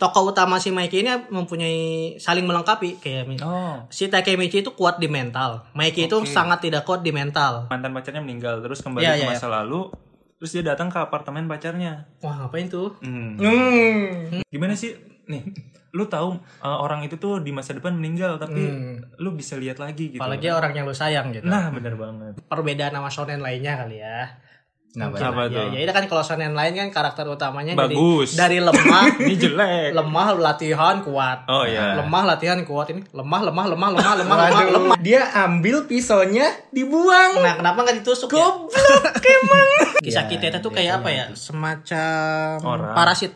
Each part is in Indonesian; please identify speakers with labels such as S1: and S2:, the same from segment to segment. S1: tokoh utama si Mikey ini mempunyai saling melengkapi kayak mi-
S2: Oh.
S1: si Takemichi itu kuat di mental. Mikey itu
S2: Oke.
S1: sangat tidak kuat di mental.
S2: Mantan pacarnya meninggal terus kembali
S1: Iya,
S2: ke
S1: iya,
S2: masa lalu. Terus dia datang ke apartemen pacarnya.
S1: Wah, ngapain tuh?
S2: Hmm. Gimana sih? Nih, lu tahu uh, orang itu tuh di masa depan meninggal tapi lu bisa lihat lagi Hmm. gitu.
S1: Hmm. Apalagi orang yang lu sayang gitu.
S2: Nah, bener banget.
S1: Perbedaan sama shonen lainnya kali ya. Mungkin
S2: Apa
S1: aja.
S2: Nah, tuh?
S1: Ya, itu kan kalau shonen lain kan karakter utamanya dari-
S2: Bagus.
S1: dari lemah,
S2: Ini jelek.
S1: lemah latihan kuat.
S2: Oh iya.
S1: Lemah latihan kuat ini. Lemah, lemah, lemah, lemah, lemah, lemah,
S3: Waduh,
S1: lemah.
S3: dia ambil pisaunya dibuang.
S1: Nah, kenapa nggak ditusuk ya?
S3: Goblok emang.
S1: Kisah
S3: Ya,
S1: kita itu
S3: dia
S1: kayak
S3: kayak
S1: apa ya? Semacam
S2: Iya, Orang.
S1: parasit.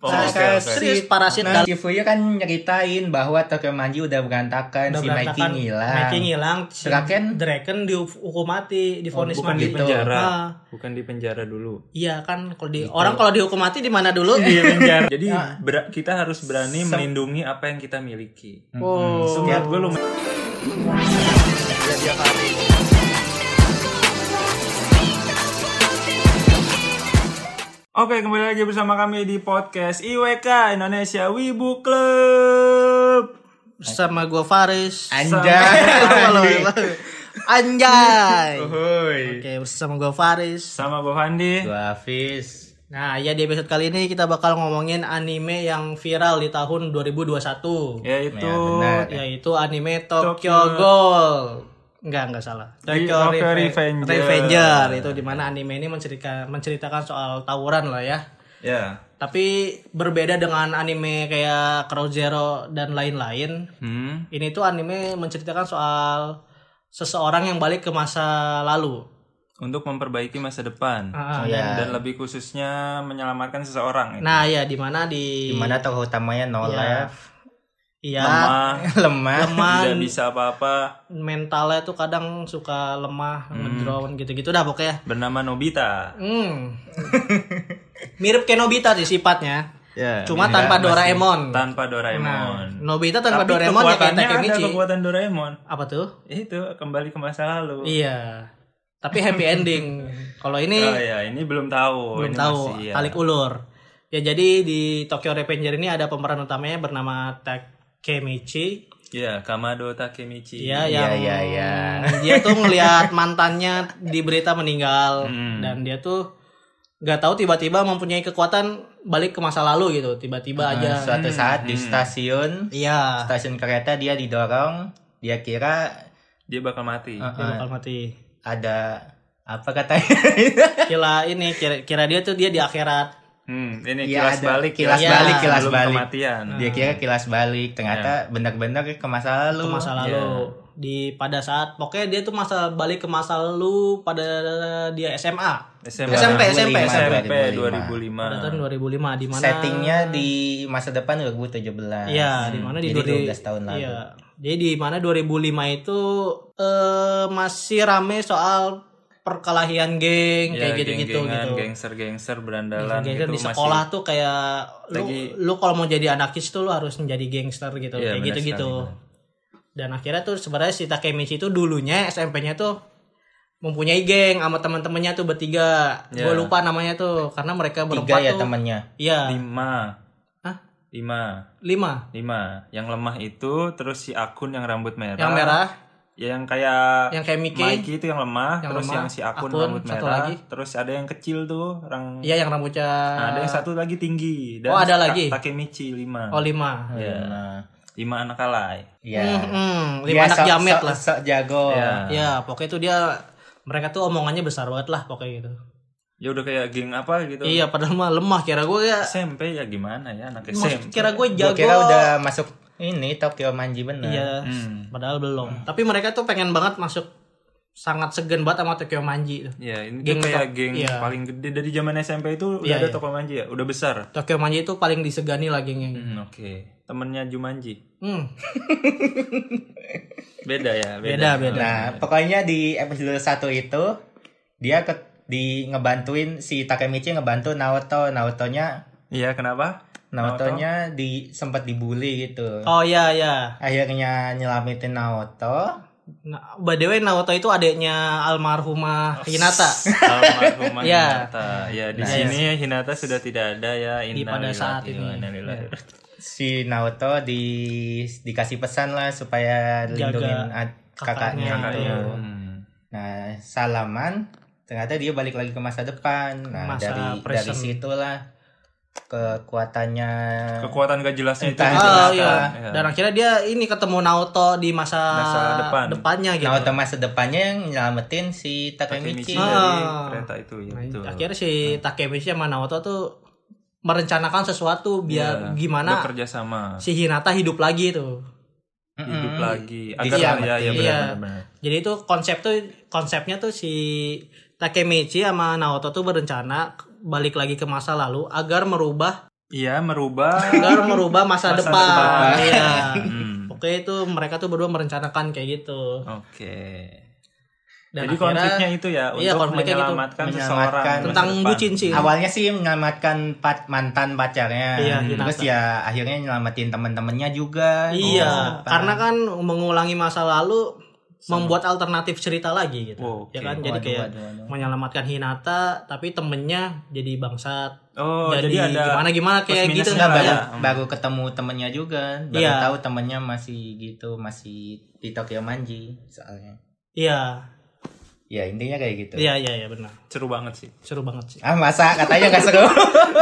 S2: Oh,
S3: Nah,
S2: oke, oke.
S3: kasih-
S1: Serius, parasit
S3: Nah,
S1: dalam-
S3: Shifuya kan nyeritain bahwa Tokyo Manji udah berantakan, si Mikey
S1: berantakan.
S3: ngilang.
S1: Mikey Kan ngilang. Si
S3: Draken?
S1: Draken Oh, dihukum mati, difonis
S2: Bukan
S1: mati.
S2: di penjara.
S1: Ah,
S2: Bukan di penjara dulu.
S1: iya kan kalau di orang kalau dihukum mati di mana dulu? Di
S2: Jadi
S1: Ah.
S2: bera- kita harus berani melindungi apa yang kita miliki.
S1: Oh.
S2: So, menurut gue lu Oke, kembali lagi bersama kami di podcast IWK Indonesia Wibu Club.
S1: Sama gua Faris.
S3: Anjay.
S1: Anjay. Anjay.
S3: Uhuy.
S1: Oke, bersama gua Faris.
S2: Sama Bo Fandi.
S3: Gua Hafiz.
S1: Nah, ya di episode kali ini kita bakal ngomongin anime yang viral di tahun 2021.
S2: Yaitu
S3: Ya, benar.
S1: Yaitu anime Tokyo,
S2: Tokyo.
S1: Ghoul. Enggak, enggak salah.
S2: Di-
S1: Tokyo
S2: Tokyo
S1: Reve-
S2: Revenger.
S1: Revenger. itu dimana anime ini menceritakan menceritakan soal tawuran lah ya.
S2: ya.
S1: Tapi berbeda dengan anime kayak Crow Zero dan lain-lain.
S2: Hmm.
S1: Ini tuh anime menceritakan soal seseorang yang balik ke masa lalu.
S2: Untuk memperbaiki masa depan
S1: Ah,
S3: Ya.
S2: dan lebih khususnya menyelamatkan seseorang.
S1: Nah, ya di mana di
S3: Gimana tokoh utamanya no
S1: Ya.
S3: life,
S1: Iya.
S2: Lemah,
S3: lemah.
S1: lemah
S2: tidak bisa apa-apa.
S1: mentalnya tuh kadang suka lemah ngedrown gitu-gitu dah pokoknya
S2: Bernama Nobita.
S1: hmm. mirip kayak Nobita sih sifatnya
S3: Ya,
S1: cuma tanpa Doraemon
S2: Iya, tanpa
S1: nah,
S2: Doraemon.
S1: Nobita tanpa
S2: Tapi
S1: Doraemon ya kayak
S2: kekuatannya ada
S1: Takemichi
S2: kekuatan Doraemon.
S1: apa tuh
S2: Itu kembali ke masa lalu.
S1: iya tapi happy ending kalau ini
S2: Oh ya, ini belum tahu.
S1: belum
S2: ini
S1: tahu
S2: masih, ya.
S1: tarik ulur ya jadi di Tokyo Revenger ini ada pemeran utamanya bernama Takemichi
S2: Iya, Kamado Takemichi.
S1: Iya, yang
S3: Iya, iya, iya.
S1: dia tuh ngelihat mantannya di berita meninggal
S2: Hmm.
S1: dan dia tuh nggak tahu tiba-tiba mempunyai kekuatan balik ke masa lalu gitu,
S3: Ah,
S1: tiba-tiba aja.
S3: Nah, Suatu saat di stasiun,
S1: Iya,
S3: stasiun kereta dia didorong, dia kira
S2: Dia bakal mati.
S3: uh,
S1: dia
S3: uh,
S1: bakal mati.
S3: ada apa katanya?
S1: Kira ini kira, kira dia tuh dia di akhirat.
S2: Hmm, ini
S3: Iya,
S2: kilas
S3: ada
S2: balik,
S3: kilas
S1: ya.
S3: balik, kilas
S2: Belum
S3: balik.
S2: kematian.
S3: Dia kira kilas balik, ternyata benar-benar Iya. ke masa
S1: ke
S3: lalu.
S1: masa lalu
S3: iya.
S1: di pada saat pokoknya dia tuh masa balik ke masa lalu pada dia SMA
S2: SMP,
S1: SMP, SMP,
S2: SMP
S1: 2005.
S2: 2005.
S1: tahun 2005 di mana
S3: Ah. Settingnya di masa depan 2017.
S1: Iya,
S2: Hmm,
S1: di mana di 20
S3: Jadi 12 tahun lalu.
S1: Iya. Jadi di mana 2005 itu eh masih rame soal perkelahian geng
S2: Ya,
S1: kayak gitu-gitu
S2: geng-gengan,
S1: gitu.
S2: Gangster-gangster berandalan
S1: Gangster
S2: gitu
S1: di sekolah tuh kayak lu
S2: Lagi-
S1: lu kalau mau jadi anarkis tuh lu harus menjadi gangster gitu kayak
S2: Iya, benar
S1: gitu-gitu.
S2: sekali,
S1: Dan akhirnya tuh sebenarnya si Takemichi itu dulunya SMP-nya tuh mempunyai geng sama teman-temannya tuh bertiga.
S2: Iya.
S1: Gue lupa namanya tuh karena mereka
S3: Tiga
S1: berempat
S3: ya
S1: tuh.
S3: temannya.
S1: Iya,
S2: masih. Lima.
S1: Hah?
S2: Lima.
S1: lima.
S2: Lima. Yang lemah itu, terus si akun yang rambut merah.
S1: Yang merah,
S2: Ya, yang kayak
S1: yang kayak Mickey,
S2: Mikey itu yang lemah,
S1: Yang
S2: terus
S1: lemah,
S2: yang si akun,
S1: akun,
S2: rambut
S1: satu
S2: merah,
S1: lagi.
S2: terus ada yang kecil tuh orang
S1: iya yang rambutnya
S2: Nah, ada yang satu lagi tinggi
S1: Oh, ada
S2: Ta-
S1: lagi?
S2: Takemichi lima.
S1: Oh lima.
S2: Iya.
S3: Nah,
S2: Lima anak alay.
S3: Iya.
S1: Hmm,
S3: Dia
S1: lima anak
S3: sok-
S1: jamet
S3: sok-
S1: lah.
S3: Sok jago.
S2: Iya.
S1: Ya, pokoknya itu dia mereka tuh omongannya besar banget lah pokoknya gitu.
S2: Ya udah kayak geng apa gitu.
S1: Iya, padahal mah lemah kira gue ya.
S2: SMP ya gimana ya anak
S1: maksud-
S2: SMP.
S1: Kira gue
S3: Gua
S1: jago.
S3: kira udah masuk ini Tokyo Manji bener.
S1: Iya,
S2: Hmm.
S1: padahal belum. Tapi mereka tuh pengen banget masuk sangat segan banget sama Tokyo Manji. tuh.
S2: Ya, ini
S1: Geng
S2: tuh kayak
S1: tok-
S2: geng
S1: iya.
S2: paling gede dari zaman SMP itu udah
S1: Iya,
S2: ada
S1: iya.
S2: toko manji ya, udah besar.
S1: Tokyo Manji itu paling disegani lah gengnya.
S2: Hmm, oke. Temennya Jumanji.
S1: Hmm,
S2: Beda ya,
S1: beda
S2: beda.
S1: beda.
S3: Nah, pokoknya di episode 1 itu dia ke, di ngebantuin si Takemichi ngebantu Naoto. Naotonya
S2: Iya, kenapa?
S3: Naotonya di sempat dibully gitu.
S1: Oh iya iya.
S3: Akhirnya nyelamatin Naoto.
S1: Nah, by the way Naoto itu adiknya almarhumah Hinata.
S2: Almarhumah
S1: Iya.
S2: Hinata. Ya di sini Hinata sudah tidak ada ya.
S1: Di pada
S2: innalillahi
S1: saat
S2: wa
S1: ini.
S2: innalillahi.
S3: si Naoto di dikasih pesan lah supaya lindungin ad- kakaknya,
S1: kakaknya,
S3: itu.
S1: iya.
S2: Hmm.
S3: Nah, salaman ternyata dia balik lagi ke masa depan. Nah,
S1: Masa
S3: dari dari
S1: present.
S3: situlah kekuatannya
S2: Kekuatan gak jelasnya itu.
S3: Entah
S2: itu
S1: Oh
S2: Hinata.
S1: iya.
S2: Iya.
S1: Dan akhirnya dia ini ketemu Naoto di masa,
S2: Masa depan.
S1: depannya gitu.
S3: Naoto masa depannya yang nyelamatin si
S2: Takemichi
S3: Takemichi.
S1: Ah.
S2: dari kereta itu ya.
S1: Nah,
S2: betul.
S1: akhirnya si Takemichi sama Naoto tuh merencanakan sesuatu biar
S2: Iya,
S1: gimana
S2: bekerja sama
S1: si Hinata hidup lagi tuh.
S3: Mm-mm.
S2: hidup lagi
S3: Di
S1: iya,
S2: agar ya ya
S1: iya.
S2: benar-benar
S1: Jadi itu konsep tuh konsepnya tuh si Takemichi sama Naoto tuh berencana balik lagi ke masa lalu agar merubah
S2: iya merubah
S1: agar merubah masa,
S2: Masa
S1: depan.
S2: depan.
S1: Iya.
S2: Hmm,
S1: Oke itu mereka tuh berdua merencanakan kayak gitu.
S2: oke
S1: Dan
S2: jadi
S1: akhirnya
S2: konfliknya itu ya untuk
S1: iya, konfliknya gitu.
S2: menyelamatkan seseorang
S3: Menyelamatkan.
S2: masa
S1: tentang
S2: depan.
S1: bucin sih.
S3: Awalnya sih menyelamatkan pat- mantan pacarnya.
S1: Iya, Hinata.
S3: Terus ya akhirnya nyelamatin teman-temannya juga.
S1: Iya,
S3: Masa depan.
S1: karena kan mengulangi masa lalu membuat alternatif cerita lagi gitu.
S2: Oh,
S1: Ya
S2: Oke.
S1: kan jadi
S3: Waduh,
S1: kayak
S3: waduh, waduh.
S1: menyelamatkan Hinata tapi temennya jadi bangsat.
S2: oh jadi,
S1: jadi
S2: ada
S1: gimana gimana kayak
S2: plus
S1: gitu.
S2: minusnya lah
S3: Enggak baru,
S2: ya.
S3: baru ketemu temennya juga, baru
S1: Iya.
S3: tahu temennya masih gitu, masih di Tokyo Manji soalnya.
S1: Iya.
S3: Ya intinya kayak gitu.
S1: Iya, iya, iya benar.
S2: seru banget sih
S1: Seru banget sih.
S3: Ah masa katanya nggak seru?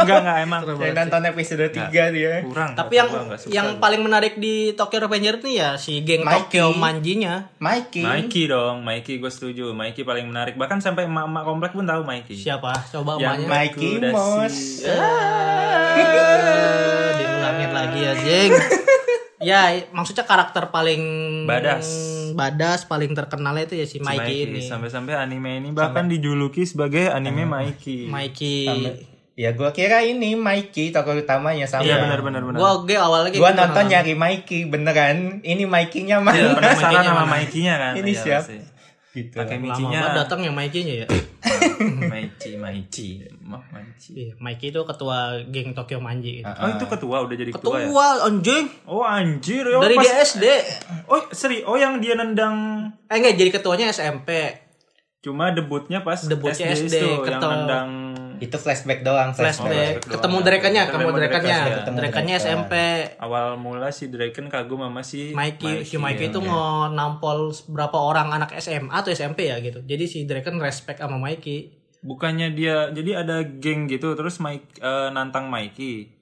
S2: enggak enggak emang
S3: Yang nonton episode 3 dia.
S2: kurang
S1: Tapi
S2: Gua
S1: yang
S2: nggak suka
S1: yang
S2: gua.
S1: paling menarik di Tokyo Revenger nih ya si geng
S3: Mikey.
S1: Tokyo Manjinya.
S3: Mikey.
S2: Mikey dong Mikey gue setuju Mikey paling menarik bahkan sampai emak-emak komplek pun tahu Mikey
S1: Siapa? Coba
S2: yang
S1: namanya.
S3: Mikey
S2: udah
S3: Mouse.
S2: si-
S1: Eh, diulangin lagi ya, Jeng. ya, maksudnya karakter paling
S2: Badas.
S1: badas paling terkenalnya itu ya si Mikey,
S2: Mikey,
S1: ini.
S2: sampai-sampai anime ini bahkan dijuluki sebagai anime Mikey.
S1: Mikey.
S3: Ya gua kira ini Mikey tokoh utamanya sama.
S2: Iya benar-benar benar.
S1: Gua oke awalnya kayak
S3: Gua
S1: gitu,
S3: nonton ya,
S1: nonton.
S3: nyari Mikey beneran. Ini Mikey-nya mana?
S2: Iya, penasaran
S1: Mikey-nya
S2: sama
S1: mana?
S2: Mikey-nya kan.
S3: Ini
S2: Iya,
S3: siap.
S2: pasti.
S3: gitu.
S2: Pakai
S1: Lama
S2: micinya.
S1: banget datang ya Mikey-nya ya.
S2: Mikey, Mikey. Mah, Mikey.
S1: Iya, Mikey itu ketua geng Tokyo Manji. gitu.
S2: Oh, itu ketua udah jadi ketua, ya.
S1: Ketua anjing
S2: Oh, anjir. Oh,
S1: dari
S2: pas-
S1: dia SD.
S2: Oh, seri. Oh, yang dia nendang
S1: Eh enggak jadi ketuanya SMP.
S2: cuma debutnya pas
S1: Debutnya
S2: SD,
S1: SD,
S2: itu yang
S1: ketua.
S2: nendang
S3: Itu flashback doang,
S1: flashback
S2: flashback
S1: ketemu
S2: doang.
S1: derekannya
S2: Ketemu
S1: ketemu derekannya
S2: derekannya,
S3: ketemu
S1: derekannya
S3: derekan.
S1: SMP
S2: awal mula si Draken kagum sama si
S1: Mikey si Mikey
S2: ya.
S1: itu mau nampol berapa orang anak SMA atau SMP ya gitu jadi si Draken respect sama Mikey
S2: Bukannya dia jadi ada geng gitu terus Mike eh, nantang Mikey.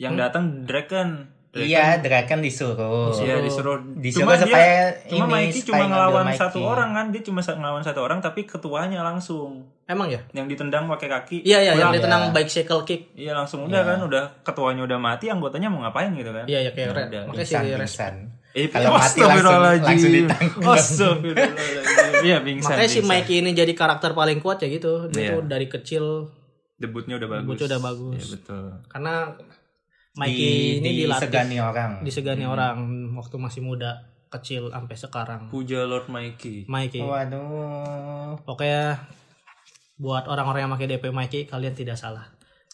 S2: Yang
S1: Hmm.
S2: datang Draken. Draken
S1: kan?
S3: Iya, Draken disuruh.
S2: Iya disuruh
S3: Disuruh
S2: Cuma dia-
S3: supaya
S2: cuma
S3: ini,
S2: Mikey
S3: supaya
S2: cuma
S3: ngambil
S2: ngelawan
S3: Mikey.
S2: satu orang kan dia cuma sa- ngelawan satu orang tapi ketuanya langsung
S1: emang ya
S2: yang ditendang pakai kaki
S1: iya iya yang
S2: kurang.
S1: ditenang bicycle kick
S2: iya langsung udah kan udah ketuanya udah mati anggotanya mau ngapain gitu kan
S1: Ya. iya ya kayak re-
S2: udah.
S1: makanya si
S3: Pingsan,
S1: respect
S3: pingsan.
S2: eh,
S3: Kalau mati langsung-
S2: astagfirullahaladzim.
S3: langsung ditangkap.
S2: Astagfirullahaladzim. iya pingsan
S1: makanya si
S2: pingsan.
S1: Mikey ini jadi karakter paling kuat ya gitu dia
S2: Iya.
S1: tuh dari kecil
S2: debutnya udah bagus
S1: Debutnya udah bagus.
S2: Iya, betul
S1: karena
S3: Di,
S1: Mikey ini
S3: di
S1: dilatih
S3: segani orang.
S1: disegani orang waktu masih muda kecil sampai sekarang
S2: puja Lord Mikey
S1: Mikey
S3: Oh, iya. Waduh.
S1: Pokoknya buat orang-orang yang pakai DP Mikey kalian tidak salah.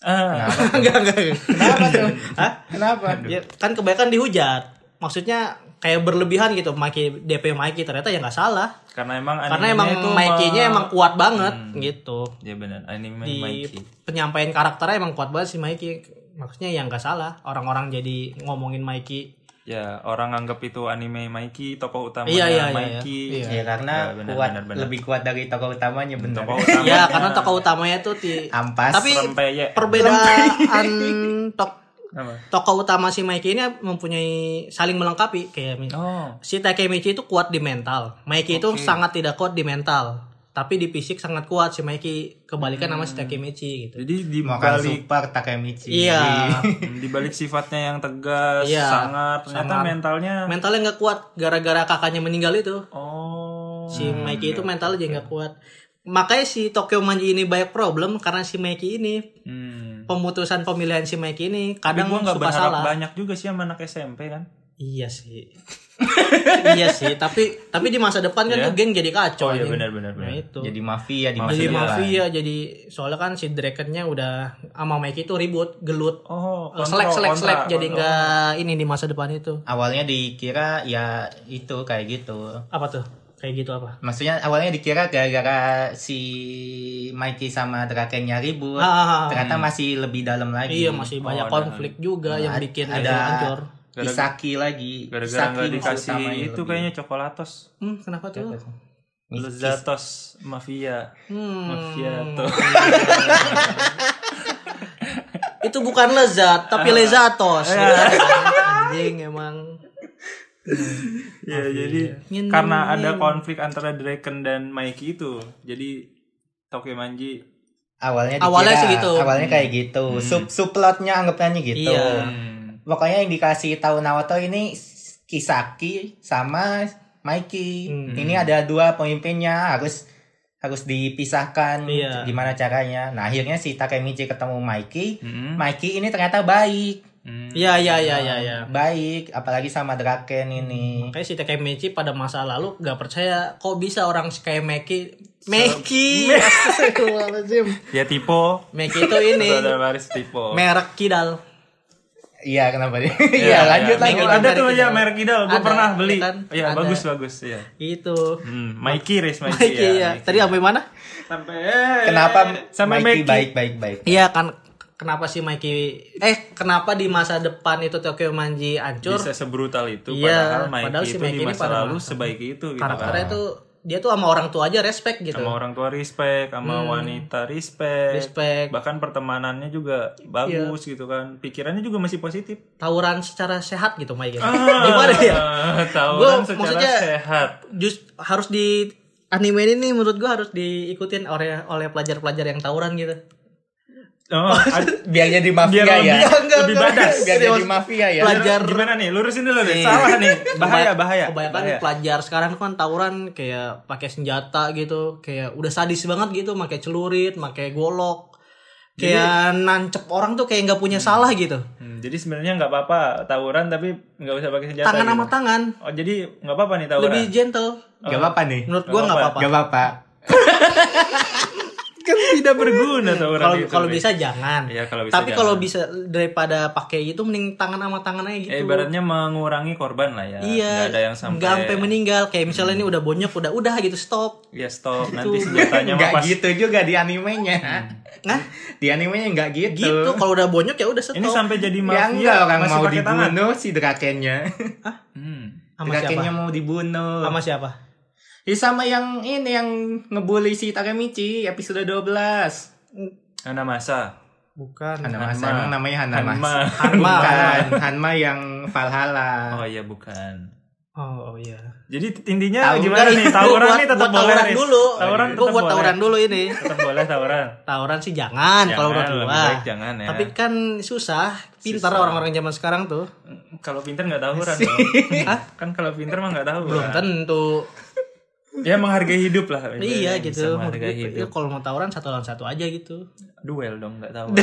S2: ah
S1: Enggak enggak.
S3: Kenapa tuh? Hah? Kenapa?
S1: Ya,
S2: Iya.
S1: kan kebanyakan dihujat. Maksudnya kayak berlebihan gitu Mikey DP Mikey ternyata ya nggak salah.
S2: karena emang
S1: Karena
S2: animenya
S1: emang
S2: Kan itu
S1: Mikey-nya
S2: mah-
S1: emang kuat banget gitu.
S2: ya benar anime
S1: Di
S2: Mikey
S1: penyampaian karakternya emang kuat banget si Mikey. Maksudnya yang nggak salah orang-orang jadi ngomongin Mikey.
S2: ya orang anggap itu anime Mikey tokoh utama
S1: Iya, iya, iya,
S2: Mikey
S1: iya.
S3: Ya
S2: Ya,
S3: karena
S2: benar,
S3: kuat
S2: benar, benar.
S3: lebih kuat dari tokoh utamanya bener.
S2: tokoh utama
S1: Ya karena tokoh utamanya tuh di
S3: Ampas.
S1: Tapi
S2: rempeye
S1: perbedaan tok
S2: Apa?
S1: tokoh utama si Mikey ini mempunyai saling melengkapi kayak mi-
S2: oh
S1: si Takemichi itu kuat di mental. Mikey itu sangat tidak kuat di mental, tapi di fisik sangat kuat si Mikey. Kebalikan sama si
S2: Hmm.
S1: Takemichi gitu.
S2: jadi di
S3: Makan
S2: balik
S3: super Takemichi.
S1: Iya.
S2: di balik Hmm, sifatnya yang tegas
S1: Iya,
S2: sangat ternyata
S1: sangar.
S2: mentalnya
S1: Mentalnya nggak kuat gara-gara kakaknya meninggal itu.
S2: oh
S1: Si Mikey itu mentalnya jadi
S2: ya.
S1: nggak kuat. Makanya si Tokyo Manji ini banyak problem karena si Mikey ini
S2: hmm.
S1: pemutusan pemilihan si Mikey ini
S2: tapi
S1: kadang
S2: gue nggak
S1: suka
S2: berharap
S1: salah.
S2: banyak juga sih sama anak SMP kan
S1: Iya sih. iya sih, tapi tapi di masa depan kan
S2: Iya.
S1: tuh geng jadi kacau.
S2: Oh iya,
S1: anjing.
S2: benar, benar, benar.
S1: Nah, itu.
S3: Jadi mafia di
S1: Jadi
S3: masa depan.
S1: mafia, jadi soalnya kan si Drakennya udah sama Mike itu ribut, gelut, eh,
S2: Oh,
S1: selek selek selek jadi
S2: enggak
S1: nggak ini di masa depan itu.
S3: Awalnya dikira ya itu kayak gitu.
S1: Apa tuh? Kayak gitu apa?
S3: Maksudnya awalnya dikira gara-gara si Mikey sama Drakennya ribut.
S1: Ah,
S3: Ternyata masih lebih dalam lagi.
S1: iya masih banyak
S2: Oh, ada-
S1: konflik juga yang
S3: Ad-
S1: bikin
S3: ada
S1: ada hancur.
S2: Gara-gara-
S3: Isaki lagi.
S2: Gara-gara nggak
S3: musuh
S2: dikasih
S3: utamanya
S2: itu
S3: lebih.
S2: kayaknya coklatos.
S1: Hmm, kenapa tuh?
S2: gitu. Lezatos mafia.
S1: Hmm.
S2: Macchiato.
S1: itu bukan lezat,
S2: Ah.
S1: tapi lezatos.
S2: Iya.
S1: Iya, Anjing emang.
S2: Ya, jadi
S1: Nyen-
S2: karena ada konflik antara Draken dan Mikey itu, jadi Tokyo Manji
S3: Awalnya dikira,
S1: Awalnya sih gitu.
S3: Awalnya kayak
S2: Hmm.
S3: gitu. Sub subplotnya anggapannya gitu.
S1: Iya.
S3: Pokoknya yang dikasih tahu Naoto ini Kisaki sama Mikey. Ini ada dua pemimpinnya harus harus dipisahkan
S1: Iya.
S3: gimana caranya. Nah, akhirnya si Takemichi ketemu Mikey.
S2: Mm.
S3: Mikey ini ternyata baik.
S2: Hmm.
S1: Iya iya iya iya iya. Hmm.
S3: Baik, apalagi sama Draken ini.
S1: Makanya si Takemichi pada masa lalu gak percaya kok bisa orang kayak Meki Meki Astagfirullahaladzim.
S2: Ya tipe
S1: Meki itu ini
S2: Saudara baris tipe.
S1: merek kidal
S3: Iya, kenapa dia? Iya, lanjut
S1: iya.
S3: lanjut.
S1: Mengikuti
S2: ada tuh
S1: merek
S2: ya
S1: Kidal.
S2: merek Kidal, gue
S1: Ada,
S2: pernah beli.
S1: ya kan?
S2: Iya,
S1: Ada.
S2: bagus bagus ya.
S1: itu.
S2: Hmm, Mikey Riz Mikey,
S1: Meki
S2: ya.
S1: ya.
S2: Mikey.
S1: Tadi sampai mana?
S2: sampai
S3: Kenapa
S2: sampai
S3: Mikey
S2: Mikey.
S3: baik baik baik?
S1: Iya kan kenapa sih Mikey eh kenapa di masa depan itu Tokyo Manji hancur?
S2: bisa sebrutal itu
S1: Iya,
S2: padahal Mikey
S1: padahal kan si
S2: itu
S1: Mikey
S2: di
S1: ini
S2: masa
S1: pada
S2: lalu
S1: masa.
S2: sebaik itu gitu
S1: Karakternya
S2: kan.
S1: tuh dia tuh sama orang tua aja respect gitu.
S2: sama orang tua respect, sama wanita respect,
S1: Hmm. Respect, Iya.
S2: bahkan pertemanannya juga bagus gitu kan, pikirannya juga masih positif.
S1: tawuran secara sehat gitu Mikey. Gimana ya?
S2: Ah,
S1: Gua,
S2: Tawuran secara
S1: maksudnya-
S2: sehat.
S1: Just harus di anime ini nih menurut gua harus diikutin oleh oleh pelajar-pelajar yang tawuran gitu.
S2: Oh, ad-
S3: Biar jadi mafia
S2: biar
S3: ya.
S2: lebih,
S1: Enggak,
S2: lebih
S1: enggak,
S2: badas.
S3: Biar jadi mafia ya.
S1: Pelajar-
S2: Gimana nih? Lurusin dulu deh. Salah nih. Bahaya, bahaya.
S1: Kebanyakan
S2: bahaya.
S1: pelajar sekarang kan tawuran kayak pakai senjata gitu, kayak udah sadis banget gitu, pakai celurit, pakai golok. Kayak nancep orang tuh kayak nggak punya salah gitu.
S2: Hmm, jadi sebenarnya nggak apa-apa tawuran tapi nggak usah pakai senjata.
S1: Tangan
S2: gitu.
S1: sama tangan,
S2: Oh, jadi nggak apa-apa nih tawuran.
S1: lebih gentle.
S3: Gak apa-apa nih.
S1: Menurut gua nggak apa-apa.
S3: Gak apa-apa.
S2: kan tidak berguna tawuran
S1: Iya.
S2: gitu,
S1: Kalau
S2: itu.
S1: kalau
S2: Rik.
S1: bisa jangan.
S2: Iya, kalau bisa
S1: Tapi kalau
S2: jangan.
S1: bisa daripada pakai itu mending tangan sama tangan aja gitu.
S2: Ya, ibaratnya mengurangi korban lah ya.
S1: Iya,
S2: Nggak ada yang sampai.
S1: nggak sampai meninggal. Kayak misalnya ini udah bonyok, udah udah gitu stop.
S2: Ya stop. Nanti senjatanya
S3: Gak
S2: lepas.
S3: gitu juga di animenya.
S1: Nah,
S3: Di animenya gak gitu.
S1: gitu. Iya, Kalau udah bonyok ya udah stop.
S2: Ini sampai jadi mafia.
S3: Ya enggak orang
S2: masih
S3: mau
S2: pakai tangan.
S3: dibunuh si drakennya.
S2: Hmm.
S1: sama siapa?
S3: drakennya mau dibunuh.
S1: Sama siapa?
S3: Ya sama yang ini yang ngebully si Takemichi episode 12.
S2: Anak masa.
S1: Bukan.
S3: Hanamasa
S2: Hanma.
S3: emang namanya Hanamasa.
S2: Hanma.
S1: Hanma.
S3: Bukan, Hanma yang Valhalla.
S1: Ah.
S2: Oh iya bukan.
S1: Oh, oh iya.
S2: Jadi intinya
S3: Tahu
S2: gimana
S1: Enggak,
S2: nih?
S1: gua
S2: Tawuran
S1: buat-
S2: nih tetap
S1: buat
S2: boleh.
S1: tawuran
S2: Riz.
S1: dulu.
S2: Tawuran
S1: Gua
S2: tetap
S1: buat
S2: boleh.
S1: tawuran dulu ini.
S2: Tetap boleh tawuran.
S1: Tawuran sih jangan, kalau
S2: Jangan,
S1: menurut
S2: Ya, lebih
S1: gua.
S2: baik jangan ya.
S1: Tapi kan susah, pintar
S2: Susah.
S1: orang-orang zaman sekarang tuh.
S2: Kan Kalau pinter nggak tawuran dong. Hah? kan kalau pinter mah nggak tawuran.
S1: Belum tentu.
S2: Ya menghargai hidup lah.
S1: iya
S2: Bisa
S1: gitu.
S2: Menghargai
S1: Gitu.
S2: hidup.
S1: Kalau mau tawuran satu lawan satu aja gitu.
S2: Duel dong nggak tawuran.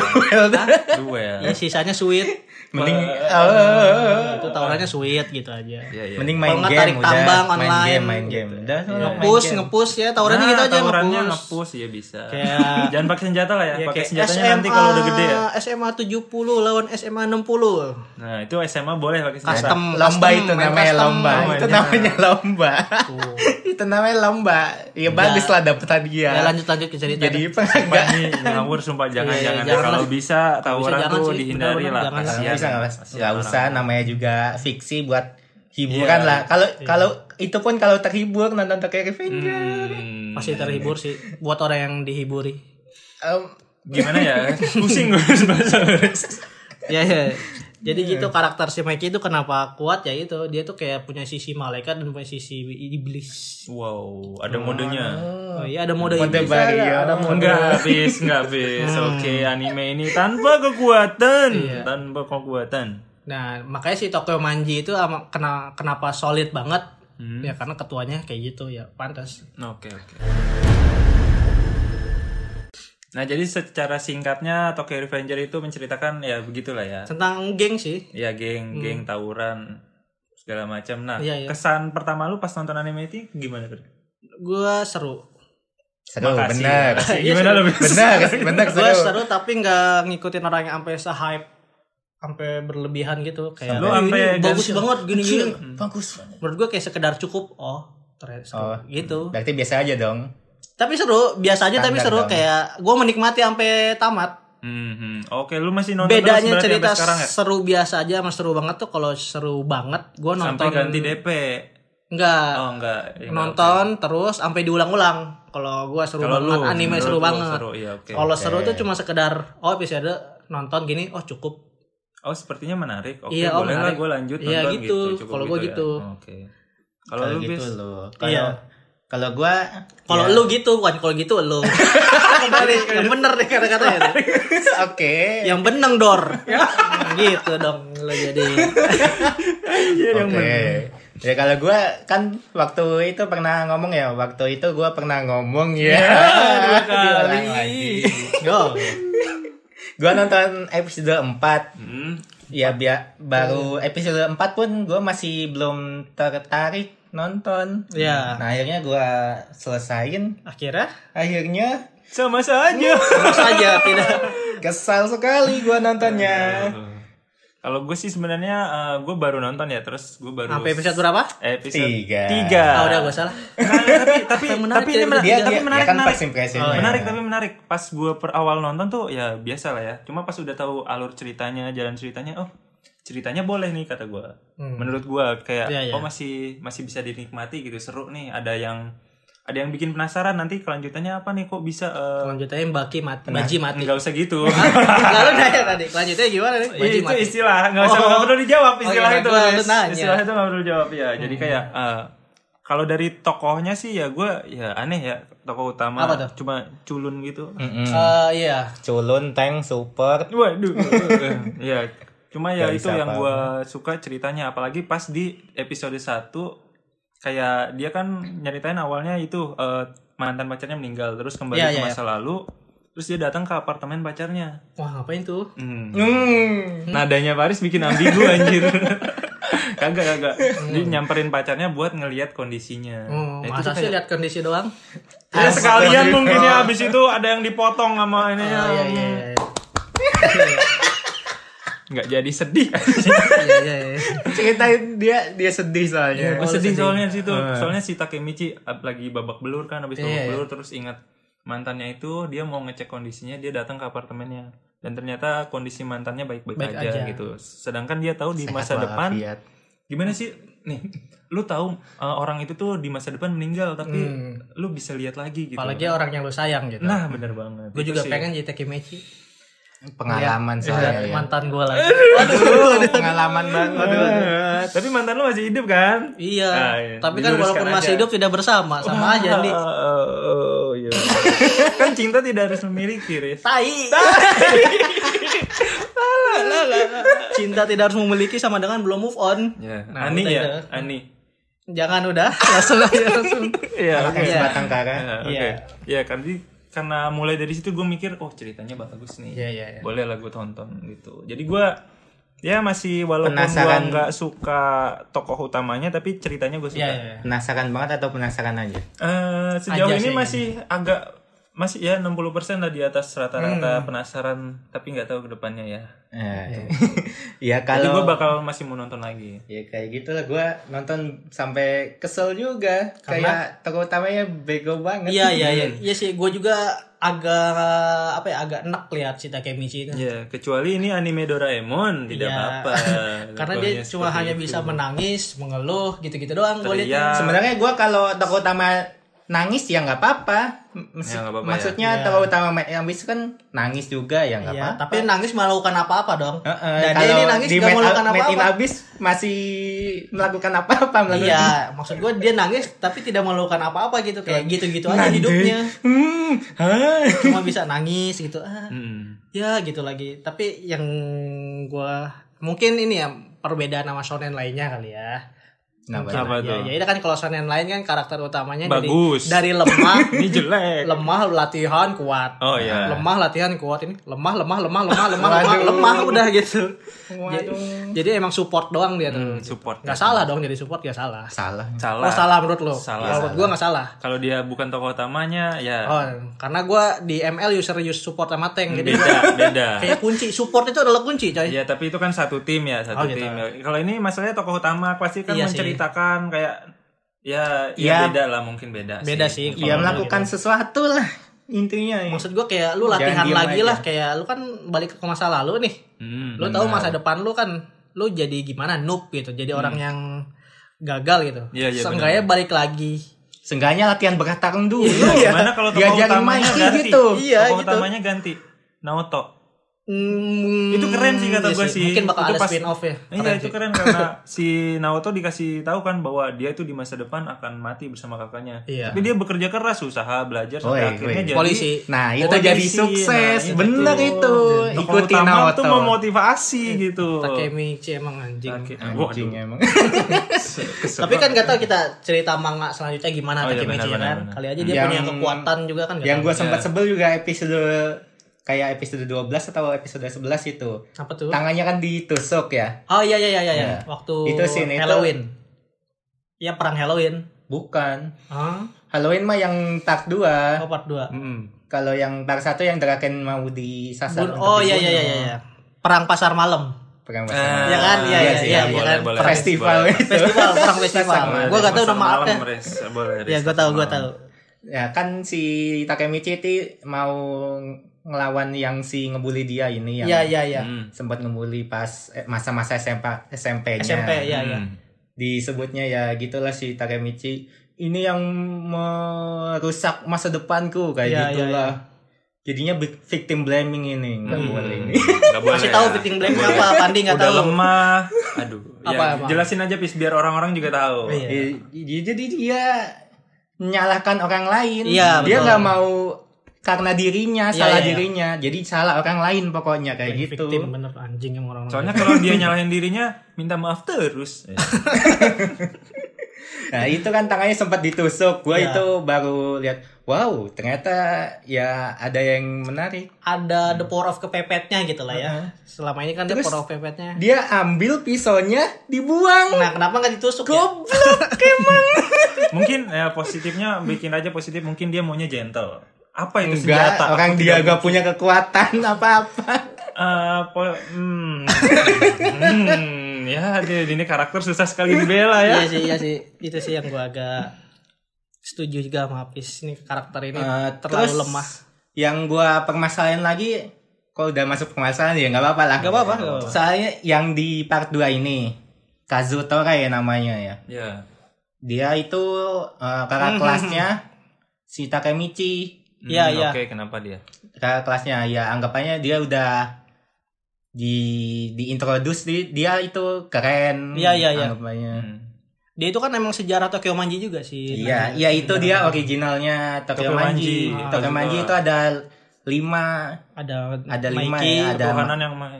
S2: Duel.
S1: Ya sisanya sweet.
S3: Mending eh,
S1: itu tawurannya sweet gitu aja.
S2: Iya iya.
S3: mending
S1: Kalau
S3: main
S1: nggak
S3: game
S1: tarik
S3: udah.
S1: tambang
S3: main
S1: online. Gitu.
S3: game, main game. Udah,
S2: Iya.
S3: main
S1: Ngepush,
S3: game.
S1: ngepush ya.
S2: Nah,
S1: Tawurannya gitu aja
S2: tawurannya
S1: ngepush.
S2: ngepush ya bisa.
S1: Kayak-
S2: Jangan pakai senjata lah ya.
S1: Ya,
S2: pakai
S1: kayak
S2: senjatanya
S1: SMA,
S2: nanti kalau udah gede ya.
S1: SMA 70 lawan SMA 60.
S2: Nah, itu SMA boleh pakai senjata.
S1: Custom
S3: lomba
S1: custom,
S3: itu
S1: main
S3: namanya
S1: custom.
S3: lomba itu
S2: Iya.
S3: namanya lomba itu namanya lomba ya bagus lah dapet hadiah
S1: Iya. Ya lanjut lanjut ke cerita.
S3: jadi enggak
S2: Ini ngawur sumpah jangan
S1: Iya, iya,
S2: jangan,
S1: jangan
S2: kalau
S1: lah.
S2: bisa tawuran
S1: jangan
S2: tuh
S1: sih,
S2: dihindari
S1: benar-benar
S2: lah.
S1: jangan lah.
S2: Kasihan.
S3: bisa nggak mas
S2: Kasihan
S3: nggak
S2: orang. Iya.
S3: usah namanya juga fiksi buat hiburan lah kalau kalau itu pun kalau terhibur nonton Tokyo Revenger
S2: Hmm,
S1: Pasti terhibur sih buat orang yang dihiburi.
S3: Em,
S2: Gimana ya? Pusing gue harus bahasa. Iya,
S1: Ya ya. Jadi gitu karakter si Mikey itu kenapa kuat ya itu dia tuh kayak punya sisi malaikat dan punya sisi iblis.
S2: Wow, ada modenya.
S1: Oh iya ada mode,
S3: Mode
S1: iblis.
S3: baru
S1: Ada,
S3: ya.
S1: ada mode.
S2: iya. Enggak habis, enggak habis.
S1: Hmm.
S2: Oke, anime ini tanpa kekuatan,
S1: Iya.
S2: tanpa kekuatan.
S1: Nah makanya si Tokyo Manji itu ama- kena, kenapa solid banget
S2: Hmm.
S1: ya karena ketuanya kayak gitu ya pantas.
S2: Oke, oke. Nah, jadi secara singkatnya Tokyo Revenger itu menceritakan ya begitulah ya.
S1: Tentang geng sih
S2: Ya geng-geng tawuran segala macam. Nah,
S1: Hmm. Iya, iya.
S2: kesan pertama lu pas nonton anime itu gimana tuh?
S1: Gua seru.
S3: Seru,
S2: Makasih.
S3: bener.
S2: Makasih.
S1: Iya,
S2: Ya, Gimana
S1: seru.
S2: lu?
S3: Bener, bener
S1: Gua
S3: seru.
S1: seru tapi nggak ngikutin orang yang sampai se-hype sampai berlebihan gitu kayak
S2: Sampai-
S1: "Oh, ini
S2: sampai
S1: bagus
S2: ganti-
S1: banget gini-gini.
S2: Hmm.
S3: Bagus
S1: Menurut gua kayak sekedar cukup. Oh, ternyata seru.
S3: Oh.
S1: gitu.
S3: Berarti biasa aja dong.
S1: Tapi seru, biasa aja tapi
S3: Standar
S1: seru
S3: dong.
S1: kayak gua menikmati sampai tamat.
S2: Hmm, Oke, lu masih nonton
S1: bedanya
S2: terus berarti
S1: cerita
S2: sampai sekarang ya?
S1: seru biasa aja sama seru banget tuh kalau seru banget gue nonton
S2: Sampai ganti DP.
S1: enggak
S2: Oh, enggak. Ya, enggak.
S1: nonton terus sampai diulang-ulang kalau gue seru
S2: Kalau
S1: banget
S2: lu
S1: anime
S2: menurut
S1: seru
S2: lu
S1: banget
S2: Seru, iya, oke.
S1: kalau seru tuh cuma sekedar oh episode nonton gini oh cukup
S2: Oh, sepertinya menarik. Oke,
S1: Iya, oh,
S2: boleh lah
S1: menarik.
S2: gue lanjut
S1: Iya,
S2: nonton
S1: gitu.
S2: Cukup
S1: Kalau gua
S2: ya.
S1: gitu.
S2: Oke. Kalau lu bis
S3: gitu lo.
S1: Iya.
S3: Kalau kalau gua
S1: kalau
S3: ya,
S1: lu gitu bukan kalau gitu lu Kembali, yang bener deh kata-katanya tuh.
S3: oke.
S1: yang beneng dor gitu dong lu jadi
S3: Oke. Ya kalau gua kan waktu itu pernah ngomong ya, waktu itu gua pernah ngomong ya.
S2: Iya, dua
S3: Diulang
S2: kali.
S3: lagi.
S1: go
S3: Gua nonton episode 4.
S2: Hmm,
S3: Ya biar baru episode 4 pun gua masih belum tertarik nonton.
S1: ya
S3: Nah, akhirnya gua selesain.
S1: akhirnya
S3: Akhirnya
S2: sama saja.
S1: terus aja tidak
S3: kesal sekali gua nontonnya.
S2: Kalau gue sih sebenarnya gue baru nonton ya, terus gue baru
S1: sampai episode berapa
S2: episode
S3: Tiga.
S2: tiga.
S1: ah udah gue salah
S2: Nah, tapi tapi
S1: Yang menarik
S2: tapi ini
S1: dari
S2: menarik,
S3: Dia,
S2: tapi
S3: dia,
S2: menarik,
S3: dia kan
S2: menarik.
S3: first impression-nya.
S2: menarik tapi menarik. Pas gue per awal nonton tuh ya biasa lah ya. Cuma pas udah tahu alur ceritanya, jalan ceritanya, oh ceritanya boleh nih kata gue. Menurut gue kayak
S1: Iya, iya.
S2: oh masih masih bisa dinikmati gitu, seru nih. Ada yang ada yang bikin penasaran nanti kelanjutannya apa nih kok bisa eh,
S1: Kelanjutannya Mbaki mati,
S2: Nah.
S1: Baji mati.
S2: nggak usah gitu.
S1: Lalu nanya tadi, kelanjutannya gimana nih? Baji
S2: Iya, itu
S1: mati.
S2: istilah nggak usah
S1: Oh.
S2: nggak perlu dijawab
S1: Oh,
S2: istilah
S1: iya,
S2: itu
S1: gua
S2: Guys.
S1: harus nanya. Hmm.
S2: istilah itu nggak perlu jawab ya jadi kayak eh, kalau dari tokohnya sih ya gue ya aneh ya tokoh utama
S1: Apa tuh?
S2: cuma culun gitu
S3: Mm-mm.
S1: Eh, iya.
S3: culun tank super
S2: waduh ya cuma ya
S3: Dari
S2: itu yang gue suka ceritanya apalagi pas di episode 1 kayak dia kan nyeritain awalnya itu eh, mantan pacarnya meninggal terus kembali
S1: Iya,
S2: ke
S1: iya,
S2: masa lalu terus dia datang ke apartemen pacarnya
S1: Wah, ngapain tuh?
S2: Hmm.
S3: Hmm.
S2: Nadanya Paris bikin ambigu anjir. kagak kagak. Dia nyamperin pacarnya buat ngelihat kondisinya.
S1: Oh,
S2: Nah,
S1: masa sih lihat kondisi doang?
S2: Ya, sekalian mungkin ya habis itu ada yang dipotong sama ininya.
S1: Oh, iya, iya, iya.
S2: Nggak jadi sedih.
S1: Iya, iya, iya.
S3: ceritain dia dia sedih soalnya
S2: Gue sedih soalnya di situ. Soalnya si Takemichi ab- lagi babak belur kan habis babak belur terus ingat mantannya itu dia mau ngecek kondisinya dia datang ke apartemennya dan ternyata kondisi mantannya baik-baik
S1: Baik aja.
S2: aja, gitu. Sedangkan dia tahu di
S3: Iya,
S2: masa depan
S3: Walafiat.
S2: gimana sih nih lu tahu uh, orang itu tuh di masa depan meninggal tapi lu bisa lihat lagi gitu
S1: Hmm. Apalagi orang yang lu sayang gitu.
S2: nah bener banget
S1: gue
S2: Itu
S1: juga
S2: sih. Ah, iya,
S1: pengen jadi Takemichi.
S3: pengalaman soalnya
S1: Dan
S3: ya.
S1: mantan gue lagi.
S3: Aduh, pengalaman banget aduh, aduh.
S2: Eh, tapi mantan lu masih hidup kan
S1: Iya.
S2: Ah, iya.
S1: Tapi kan
S2: Diluruskan
S1: walaupun
S2: aja.
S1: masih hidup tidak bersama, sama aja nih.
S2: Ah, oh, oh, iya. kan cinta tidak harus memiliki Riz.
S1: Tai. Cinta tidak harus memiliki sama dengan belum move on.
S2: ya
S1: Nah,
S2: ani
S1: udah
S2: ya
S1: itu.
S2: ani
S1: Jangan udah, langsung aja langsung.
S2: Iya,
S3: Kayak sebatang kara
S2: Ya, oke.
S1: Iya.
S2: Ya, karena karena mulai dari situ gue mikir, oh ceritanya bagus nih.
S1: Iya, iya, iya.
S2: Boleh lah gue tonton gitu. Jadi gue ya masih walaupun gue
S3: Penasaran.
S2: nggak suka tokoh utamanya, tapi ceritanya gue suka.
S1: Iya, iya.
S3: penasaran banget atau penasaran aja
S2: Eh, sejauh
S1: Aja
S2: ini
S1: sih.
S2: masih agak masih ya 60% lah di atas rata-rata
S1: Hmm.
S2: penasaran, tapi nggak tahu kedepannya ya.
S3: Eh, ya
S2: Jadi gue
S3: kalau
S2: bakal masih mau nonton lagi.
S3: ya kayak gitu lah gue nonton sampai kesel juga kayak tokoh utamanya bego banget gitu.
S1: Iya iya iya. Iya sih, gue juga agak apa ya agak enak lihat si Takemichi itu.
S3: Iya,
S2: Ya, kecuali ini anime Doraemon
S1: Iya.
S2: tidak apa-apa.
S1: Karena
S3: iya,
S1: dia
S2: Tokohnya
S1: cuma
S2: seperti
S1: hanya
S2: itu.
S1: bisa menangis, mengeluh, gitu-gitu doang gue lihat.
S2: Teriak.
S3: sebenarnya gue kalau tokoh utama nangis ya nggak apa-apa Mas-
S2: Ya, nggak apa-apa ya.
S3: maksudnya
S1: Ya.
S3: tokoh utama Mad Ambis kan nangis juga ya nggak
S1: Iya,
S3: apa-apa
S1: tapi nangis melakukan apa-apa dong.
S3: Heeh,
S1: Dan dia
S3: kalau
S1: ini nangis
S3: di
S1: gak
S3: Made-
S1: melakukan
S3: Made in
S1: apa-apa.
S3: Abyss masih melakukan apa-apa melakukan
S1: Iya, maksud gue dia nangis tapi tidak melakukan apa-apa gitu
S3: Iya.
S1: kayak gitu-gitu aja hidupnya.
S3: Hmm, hah.
S1: Cuma bisa nangis gitu. Ah,
S2: Mm-mm.
S1: ya gitu lagi. Tapi yang gue mungkin ini ya perbedaan sama shonen lainnya kali ya.
S3: Kenapa?
S2: Apa
S1: ya,
S2: tuh?
S1: ya itu kan kalau Shonen yang lain kan karakter utamanya
S2: Bagus.
S1: dari dari lemah
S2: Ini jelek.
S1: lemah latihan kuat
S2: Oh iya.
S1: lemah latihan kuat ini lemah lemah lemah lemah lemah lemah
S3: Waduh.
S1: lemah udah gitu jadi,
S3: Waduh.
S1: jadi emang support doang dia tuh
S2: Hmm, support.
S1: nggak salah dong jadi support ya salah
S3: Salah.
S1: oh
S2: Salah.
S1: salah menurut lo
S2: Salah.
S1: Kalau menurut gue nggak salah
S2: Kalau dia bukan tokoh utamanya ya
S1: oh karena gue di ML user use support sama tank jadi
S2: beda, beda.
S1: kayak kunci support itu adalah kunci coy
S2: Ya tapi itu kan satu tim ya,
S1: Oh,
S2: satu
S1: gitu.
S2: tim. Kalau ini masalahnya tokoh utama pasti kan
S1: Iya sih. Iya.
S2: menceritakan kayak ya,
S3: Ya.
S2: ya beda lah mungkin beda.
S1: Beda sih.
S2: Kalau
S3: Ya
S2: menurut
S3: melakukan sesuatu lah intinya. Ya.
S1: maksud gue kayak lu
S3: Jangan
S1: latihan
S3: diem
S1: lagi
S3: aja.
S1: lah kayak lu kan balik ke masa lalu nih
S2: Hmm,
S1: lu tahu masa depan lu kan lu jadi gimana noob gitu jadi orang
S2: Hmm.
S1: yang gagal gitu
S2: Iya, iya,
S1: seenggaknya balik lagi
S3: Seenggaknya latihan berat tarung dulu.
S2: Iya. Gimana kalau tokoh
S3: Diajarin
S2: utamanya
S3: main
S2: ganti?
S3: gitu.
S1: Iya,
S2: tokoh
S1: gitu.
S2: utamanya ganti Naoto.
S1: Hmm,
S2: Itu keren sih
S1: iya
S2: kata gua sih.
S1: mungkin bakal
S2: Itu
S1: ada
S2: pas-
S1: spin off ya
S2: Iya, itu keren karena si Naoto dikasih tahu kan bahwa dia itu di masa depan akan mati bersama kakaknya.
S1: Iya.
S2: Tapi dia bekerja keras, usaha, belajar sampai
S3: Woi,
S2: akhirnya
S3: woi.
S2: jadi
S1: polisi
S3: Nah, itu
S2: Oh,
S3: jadi
S2: jadi
S3: sukses.
S2: sih. Nah,
S3: Bener
S2: itu.
S3: itu.
S2: Tokoh
S3: Ikuti
S2: utama
S3: Naoto.
S2: tuh memotivasi
S1: Iya.
S2: gitu.
S1: Takemichi emang anjing
S2: Take-
S3: Anjing
S2: Waduh,
S3: ya. emang.
S2: kesel.
S1: tapi kan gak tahu kita cerita manga selanjutnya gimana
S2: Oh, iya,
S1: Takemichi
S2: benar,
S1: ya kan
S2: benar, benar.
S1: kali aja dia
S3: Yang-
S1: punya kekuatan juga kan nggak
S3: Yang
S1: tahu.
S3: gue sempat sebel juga episode kayak episode 12 atau episode 11 itu.
S1: apa tuh
S3: Tangannya kan ditusuk ya.
S1: oh iya iya iya iya
S3: Iya.
S1: waktu
S3: Itu scene itu-
S1: Halloween Iya perang Halloween
S3: Bukan.
S1: Hah?
S3: Halloween mah yang tak 2.
S1: Oh, part 2
S2: Mm-mm.
S3: Kalau yang tak 1 yang Draken mau disasar. untuk
S1: oh iya iya
S3: dibunuh.
S1: iya iya perang pasar malam
S3: Perang
S2: Ah,
S3: pasar.
S1: Iya kan? Iya,
S3: iya,
S2: sih,
S3: iya,
S1: iya
S2: boleh,
S1: kan?
S2: boleh.
S3: Festival
S2: Boleh.
S3: itu.
S1: festival perang festival
S3: Sama.
S1: gue gak tahu
S2: Pasar
S1: nama
S2: malam,
S1: apa
S2: Res. Boleh, Res.
S1: ya gue tahu gue
S2: Malam.
S1: tahu
S3: Ya kan si Takemichi itu mau ngelawan yang si ngebully dia ini yang
S1: iya iya iya
S2: Mm.
S3: sempat ngebully pas eh, masa-masa SMP SMP-nya.
S1: SMP iya iya
S2: Mm.
S3: Disebutnya ya gitulah si Takemichi ini yang merusak masa depanku kayak
S1: Iya,
S3: gitulah.
S1: iya,
S3: Jadinya bi- victim blaming ini nggak
S2: Hmm.
S3: boleh
S1: Iya.
S3: ini.
S2: Nggak boleh
S1: kasih tahu
S2: ya.
S1: victim blame
S2: Nggak
S1: apa
S2: boleh.
S1: Pandi nggak
S2: Udah
S1: tahu
S2: lemah. Aduh. ya,
S1: Apa, apa?
S2: Jelasin aja pis biar orang-orang juga tahu.
S1: Iya.
S3: Ya, j- Jadi dia menyalahkan orang lain.
S1: Iya,
S3: dia
S1: betul.
S3: nggak mau karena dirinya
S1: Iya,
S3: salah
S1: iya, iya.
S3: dirinya. Jadi salah orang lain pokoknya kayak gitu.
S1: victim bener anjing yang orang
S2: Soalnya kalau dia nyalahin dirinya minta maaf terus.
S3: Nah itu kan tangannya sempat ditusuk. Gue
S1: Iya.
S3: itu baru lihat. Wow ternyata ya ada yang menarik.
S1: ada the power of kepepetnya gitu lah ya
S3: Heeh.
S1: selama ini kan the
S3: Terus-
S1: power of kepepetnya
S3: Dia ambil pisaunya dibuang.
S1: nah kenapa nggak ditusuk ya
S2: mungkin ya, positifnya bikin aja positif mungkin dia maunya gentle. Apa itu
S3: Enggak,
S2: senjata?
S3: orang dia gak punya kekuatan apa-apa.
S2: Eh, po- hmm. Hmm, ya dia ini karakter susah sekali dibela
S1: iya
S2: ya.
S1: sih iya sih itu sih yang gua agak setuju juga sama Apis ini karakter ini
S3: Eh,
S1: terlalu
S3: terus,
S1: lemah
S3: Yang gua permasalahan lagi, kalau udah masuk permasalahan ya nggak apa-apa lah.
S1: Nggak apa-apa, nggak apa-apa.
S3: Saya yang di part 2 ini, Kazutora ya namanya ya.
S2: Ya.
S3: Dia itu eh,
S1: Hmm,
S3: kakak kelasnya si Takemichi.
S2: Hmm,
S1: Iya, iya.
S2: Oke, kenapa dia?
S3: Kakak kelasnya ya anggapannya dia udah di diintroduce di dia itu keren
S1: Iya, iya, iya.
S3: anggapannya.
S2: Hmm.
S1: dia itu kan emang sejarah Tokyo Manji juga sih
S3: Iya,
S1: Nah,
S3: iya itu dia
S1: sebenarnya.
S3: originalnya Tokyo
S2: Tokyo
S3: Manji.
S2: Manji.
S3: Tokyo
S2: Ah,
S3: Manji
S2: juga.
S3: itu ada lima
S1: ada
S3: ada lima
S1: Mikey,
S3: ya, ada
S2: Ketuhanan yang maha.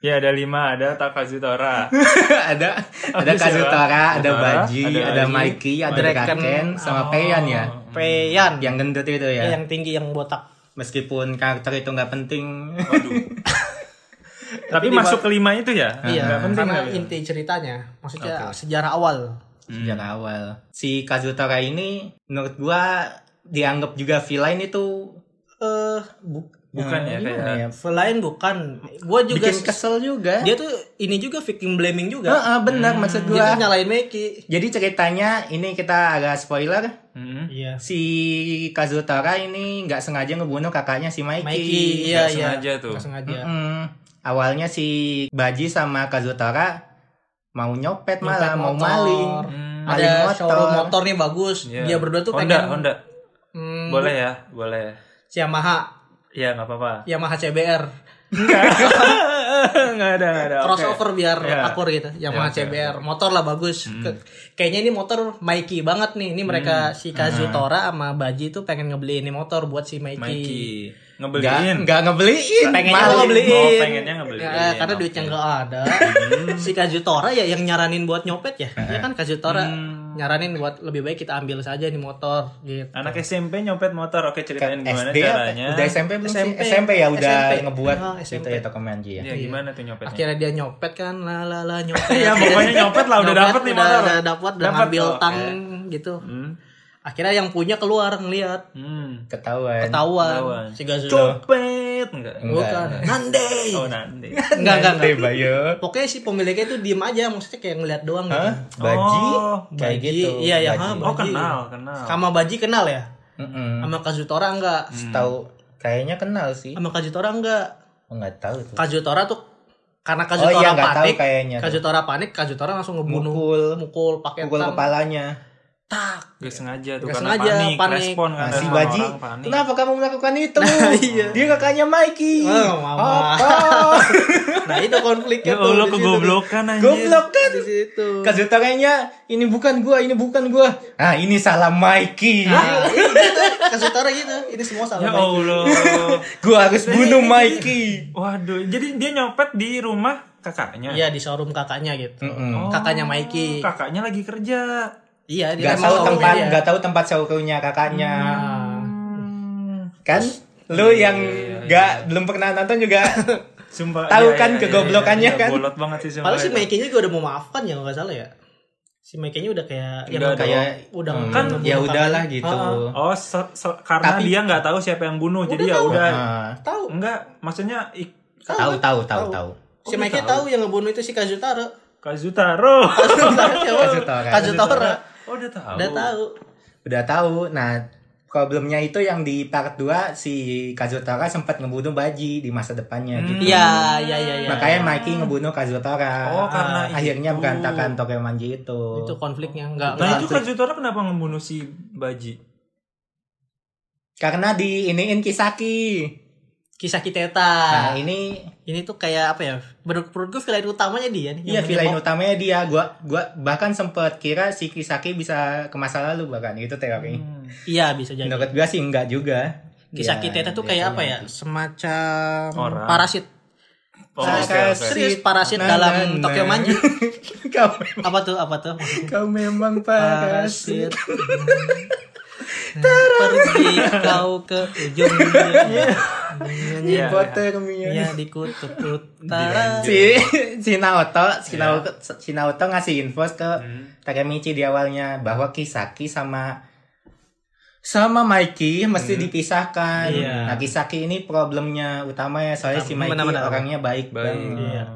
S2: Ya ada lima, ada Takazutora.
S3: ada ada
S2: Ada siapa?
S3: Kazutora, ada
S2: Ada
S3: Baji,
S2: ada
S3: ada
S2: Baji,
S3: Mikey, ada
S1: Draken,
S3: Draken, sama Peyan ya.
S1: Peyan
S3: Yang gendut itu ya.
S2: Iya.
S1: yang tinggi yang botak
S3: Meskipun karakter itu nggak penting.
S2: Waduh. Tapi
S1: di-
S2: masuk kelima itu ya?
S1: Iya,
S2: Nggak penting
S1: karena
S2: kali ya?
S1: inti ceritanya, maksudnya sejarah awal.
S3: sejak awal. Si Kazutora ini menurut gua dianggap juga villain itu
S1: Eh, bu-
S2: Bukan
S1: Iya,
S2: ya,
S3: eh, gimana
S2: kayak-
S3: ya?
S1: selain bukan, gue juga
S3: bikin kesel juga.
S1: dia tuh ini juga victim blaming
S2: Ah,
S1: juga.
S3: Heeh, benar
S1: Dia
S3: maksud
S1: tuh
S3: gua.
S1: nyalain Meki.
S3: Jadi ceritanya ini kita agak spoiler.
S2: Hmm.
S1: Iya.
S3: si Kazutora ini nggak sengaja ngebunuh kakaknya si Mikey.
S1: Mikey, iya
S2: Nggak
S1: iya.
S2: sengaja tuh.
S1: Nggak sengaja.
S3: Mm-mm. Awalnya si Baji sama Kazutora mau nyopet, malah
S1: Nyopet
S3: mau
S1: motor.
S3: maling.
S2: Hmm.
S3: Maling
S1: Ada
S3: motor.
S1: showroom motor nih bagus.
S2: Iya.
S1: Dia berdua tuh
S2: Honda,
S1: pengen
S2: Honda.
S1: Hmm,
S2: Boleh ya, boleh.
S1: si Yamaha,
S2: Ya nggak apa-apa.
S1: Yamaha CBR.
S2: Nggak ada, nggak ada. Oke.
S1: Crossover biar
S2: Iya.
S1: akur gitu. Yamaha
S2: Iya, oke, Hmm.
S1: CBR, motor lah bagus. Ke- Kayaknya ini motor Mikey
S2: Hmm.
S1: banget nih. Ini mereka si Kazutora sama Baji tuh pengen ngebeli ini motor buat si
S2: Mikey.
S3: Nggak,
S2: ngebeliin.
S3: nggak ngebeliin.
S1: Iya, Pengennya
S3: Malah.
S1: ngebeliin.
S2: Oh, pengennya ngebeliin.
S1: Ya, karena
S2: Oke. Hmm.
S1: duitnya nggak ada. si Kajutora ya yang nyaranin buat nyopet ya.
S2: Eh.
S1: Ya kan Kajutora
S2: Hmm.
S1: nyaranin buat lebih baik kita ambil saja nih motor gitu.
S2: Anak SMP nyopet motor. Oke, ceritain gimana
S3: SD apa?
S2: caranya.
S3: ya? udah SMP belum sih?
S1: SMP.
S3: SMP ya udah
S1: SMP.
S3: ngebuat
S1: Ah,
S3: itu
S1: SMP.
S3: ya Tokomanji ya.
S2: Iya, gimana tuh nyopetnya?
S1: Akhirnya dia nyopet kan la la la nyopet.
S2: Iya, pokoknya nyopet lah, udah dapet nih
S1: udah,
S2: motor.
S1: Udah dapet, udah
S2: Dapet,
S1: ngambil
S2: oh, oke.
S1: tang gitu.
S2: Hmm.
S1: Akhirnya yang punya keluar ngelihat
S2: Hmm.
S3: Ketahuan.
S2: Ketahuan.
S1: ketahuan si Gazula.
S2: Copet enggak?
S1: Bukan. Nandei.
S2: Oh, nanti.
S1: Enggak, enggak, enggak.
S3: Eh,
S2: Oh,
S3: Bayo.
S1: Pokoknya si pemiliknya itu diem aja, maksudnya kayak ngeliat doang gitu.
S3: Hah? Baji?
S2: Oh,
S3: Kayak
S1: Baji.
S3: gitu.
S1: Iya, ya,
S3: Baji.
S1: ha,
S2: Oh,
S1: Baji.
S2: kenal, kenal.
S1: Sama Baji kenal ya?
S3: Mm-mm.
S1: Sama Kazutora enggak?
S3: Tahu kayaknya kenal sih.
S1: Sama Kazutora enggak?
S3: Oh, Enggak tahu tuh.
S1: Kazutora tuh karena
S3: Oh
S1: Kazutora
S3: iya enggak tahu
S1: panik,
S3: kayaknya. tuh.
S1: Kazutora panik, Kazutora langsung ngebunuh,
S3: Mukul,
S1: mukul pakai
S3: mukul
S1: tang.
S3: kepalanya.
S1: Tak.
S2: Gak sengaja tuh
S1: Nggak
S2: karena
S1: sengaja,
S2: panik,
S1: panik.
S2: respon karena
S3: Nah, si
S2: sama
S3: Baji,
S2: orang panik.
S3: kenapa kamu melakukan itu?
S1: iya.
S3: Dia kakaknya Mikey.
S1: Oh, mama.
S3: Apa?
S1: Nah, itu konfliknya
S2: Ya
S1: tuh.
S2: Allah
S1: di situ.
S2: kegoblokan anjir.
S3: Goblok kan?
S1: Di situ.
S3: Kazuto kayaknya ini bukan gua, ini bukan gua. Ah, ini salah Mikey.
S1: Nah, iya, gitu. Kazutora gitu. Ini semua salah.
S2: Ya
S1: Baji.
S2: Allah.
S3: Gua harus bunuh Mikey.
S2: Waduh, jadi dia nyopet di rumah kakaknya.
S1: Iya, di showroom kakaknya gitu.
S2: Oh,
S3: Mm-mm.
S1: Kakaknya Mikey.
S2: Kakaknya lagi kerja.
S1: Iya, dia
S3: Gak
S1: emang
S3: tahu
S1: showroomnya
S3: tempat,
S1: dia. Ah.
S3: gak tahu tempat showroomnya kakaknya.
S2: Hmm.
S3: Kan? Lu yang gak belum pernah nonton juga
S2: Sumpah. iya,
S3: Tahu kan kegoblokannya kan?
S2: Bolot banget sih sumpah.
S1: Padahal si
S2: itu.
S1: Mikey-nya juga udah mau maafkan ya kalau nggak salah ya. Si Mikey-nya udah kayak yang
S2: Udah
S1: kayak
S3: kayak
S1: udah
S3: hmm,
S1: kan
S3: ya udahlah gitu.
S1: ah.
S2: Oh, se- se- karena
S3: Tapi-
S2: dia nggak tahu siapa yang bunuh. Jadi
S1: Udah
S2: ya
S1: tahu.
S2: udah.
S3: Ah.
S1: Tahu.
S2: Enggak, maksudnya ik
S3: Tahu tahu tahu
S1: Tahu.
S3: tahu.
S1: Si Mikey tahu yang ngebunuh itu si Kazutaro.
S2: Kazutaro.
S1: Kazutaro.
S3: Kazutora.
S1: Kazutora.
S2: Oh, udah tahu.
S1: Udah tahu.
S3: Udah tahu. Nah, problemnya itu yang di part 2 si Kazutora sempat ngebunuh Baji di masa depannya gitu.
S1: Iya, iya, iya, iya.
S3: Makanya Mikey ngebunuh Kazutora.
S2: Oh, karena itu.
S3: akhirnya berantakan Tokemanji itu.
S1: itu konfliknya enggak
S2: Nah, itu Kazutora kenapa ngebunuh si Baji?
S3: Karena di iniin Kisaki.
S1: kisah
S3: Nah,
S1: Kiteta.
S3: ini
S1: Ini tuh kayak apa ya? Menurut menurut gue villain utamanya dia nih.
S3: Iya,
S1: Yang
S3: villain
S1: menyebab-
S3: utamanya dia. Gua gua bahkan sempet kira si Kisaki bisa ke masa lalu bahkan itu teori.
S2: Hmm.
S1: Iya, bisa jadi.
S3: Menurut gua sih enggak juga.
S1: Kisah
S3: Ya,
S1: Kiteta tuh
S3: dia
S1: kayak apa
S3: yang-
S1: ya? Semacam
S2: Orang.
S1: parasit.
S2: Oh,
S3: Nah,
S2: oke,
S3: kayak
S2: oke.
S3: si-
S1: Serius parasit
S3: Nah,
S1: dalam
S3: nah,
S1: Tokyo
S3: nah.
S1: Manji.
S3: kau
S1: apa tuh? Apa tuh?
S3: kau memang
S1: Parasit.
S3: parasit.
S1: Pergi kau ke ujung dunia.
S2: Iya.
S3: Hipotermia.
S1: Ya di kutub utara.
S3: Si si Naoto, si Naoto, si Naoto ngasih info ke Takemichi di awalnya bahwa Kisaki sama sama Mikey mesti dipisahkan.
S1: Iya.
S3: Nah, Kisaki ini problemnya utamanya soalnya si
S1: Utama-
S3: Mikey
S1: benar-benar.
S3: orangnya baik,
S2: Baik.
S3: banget.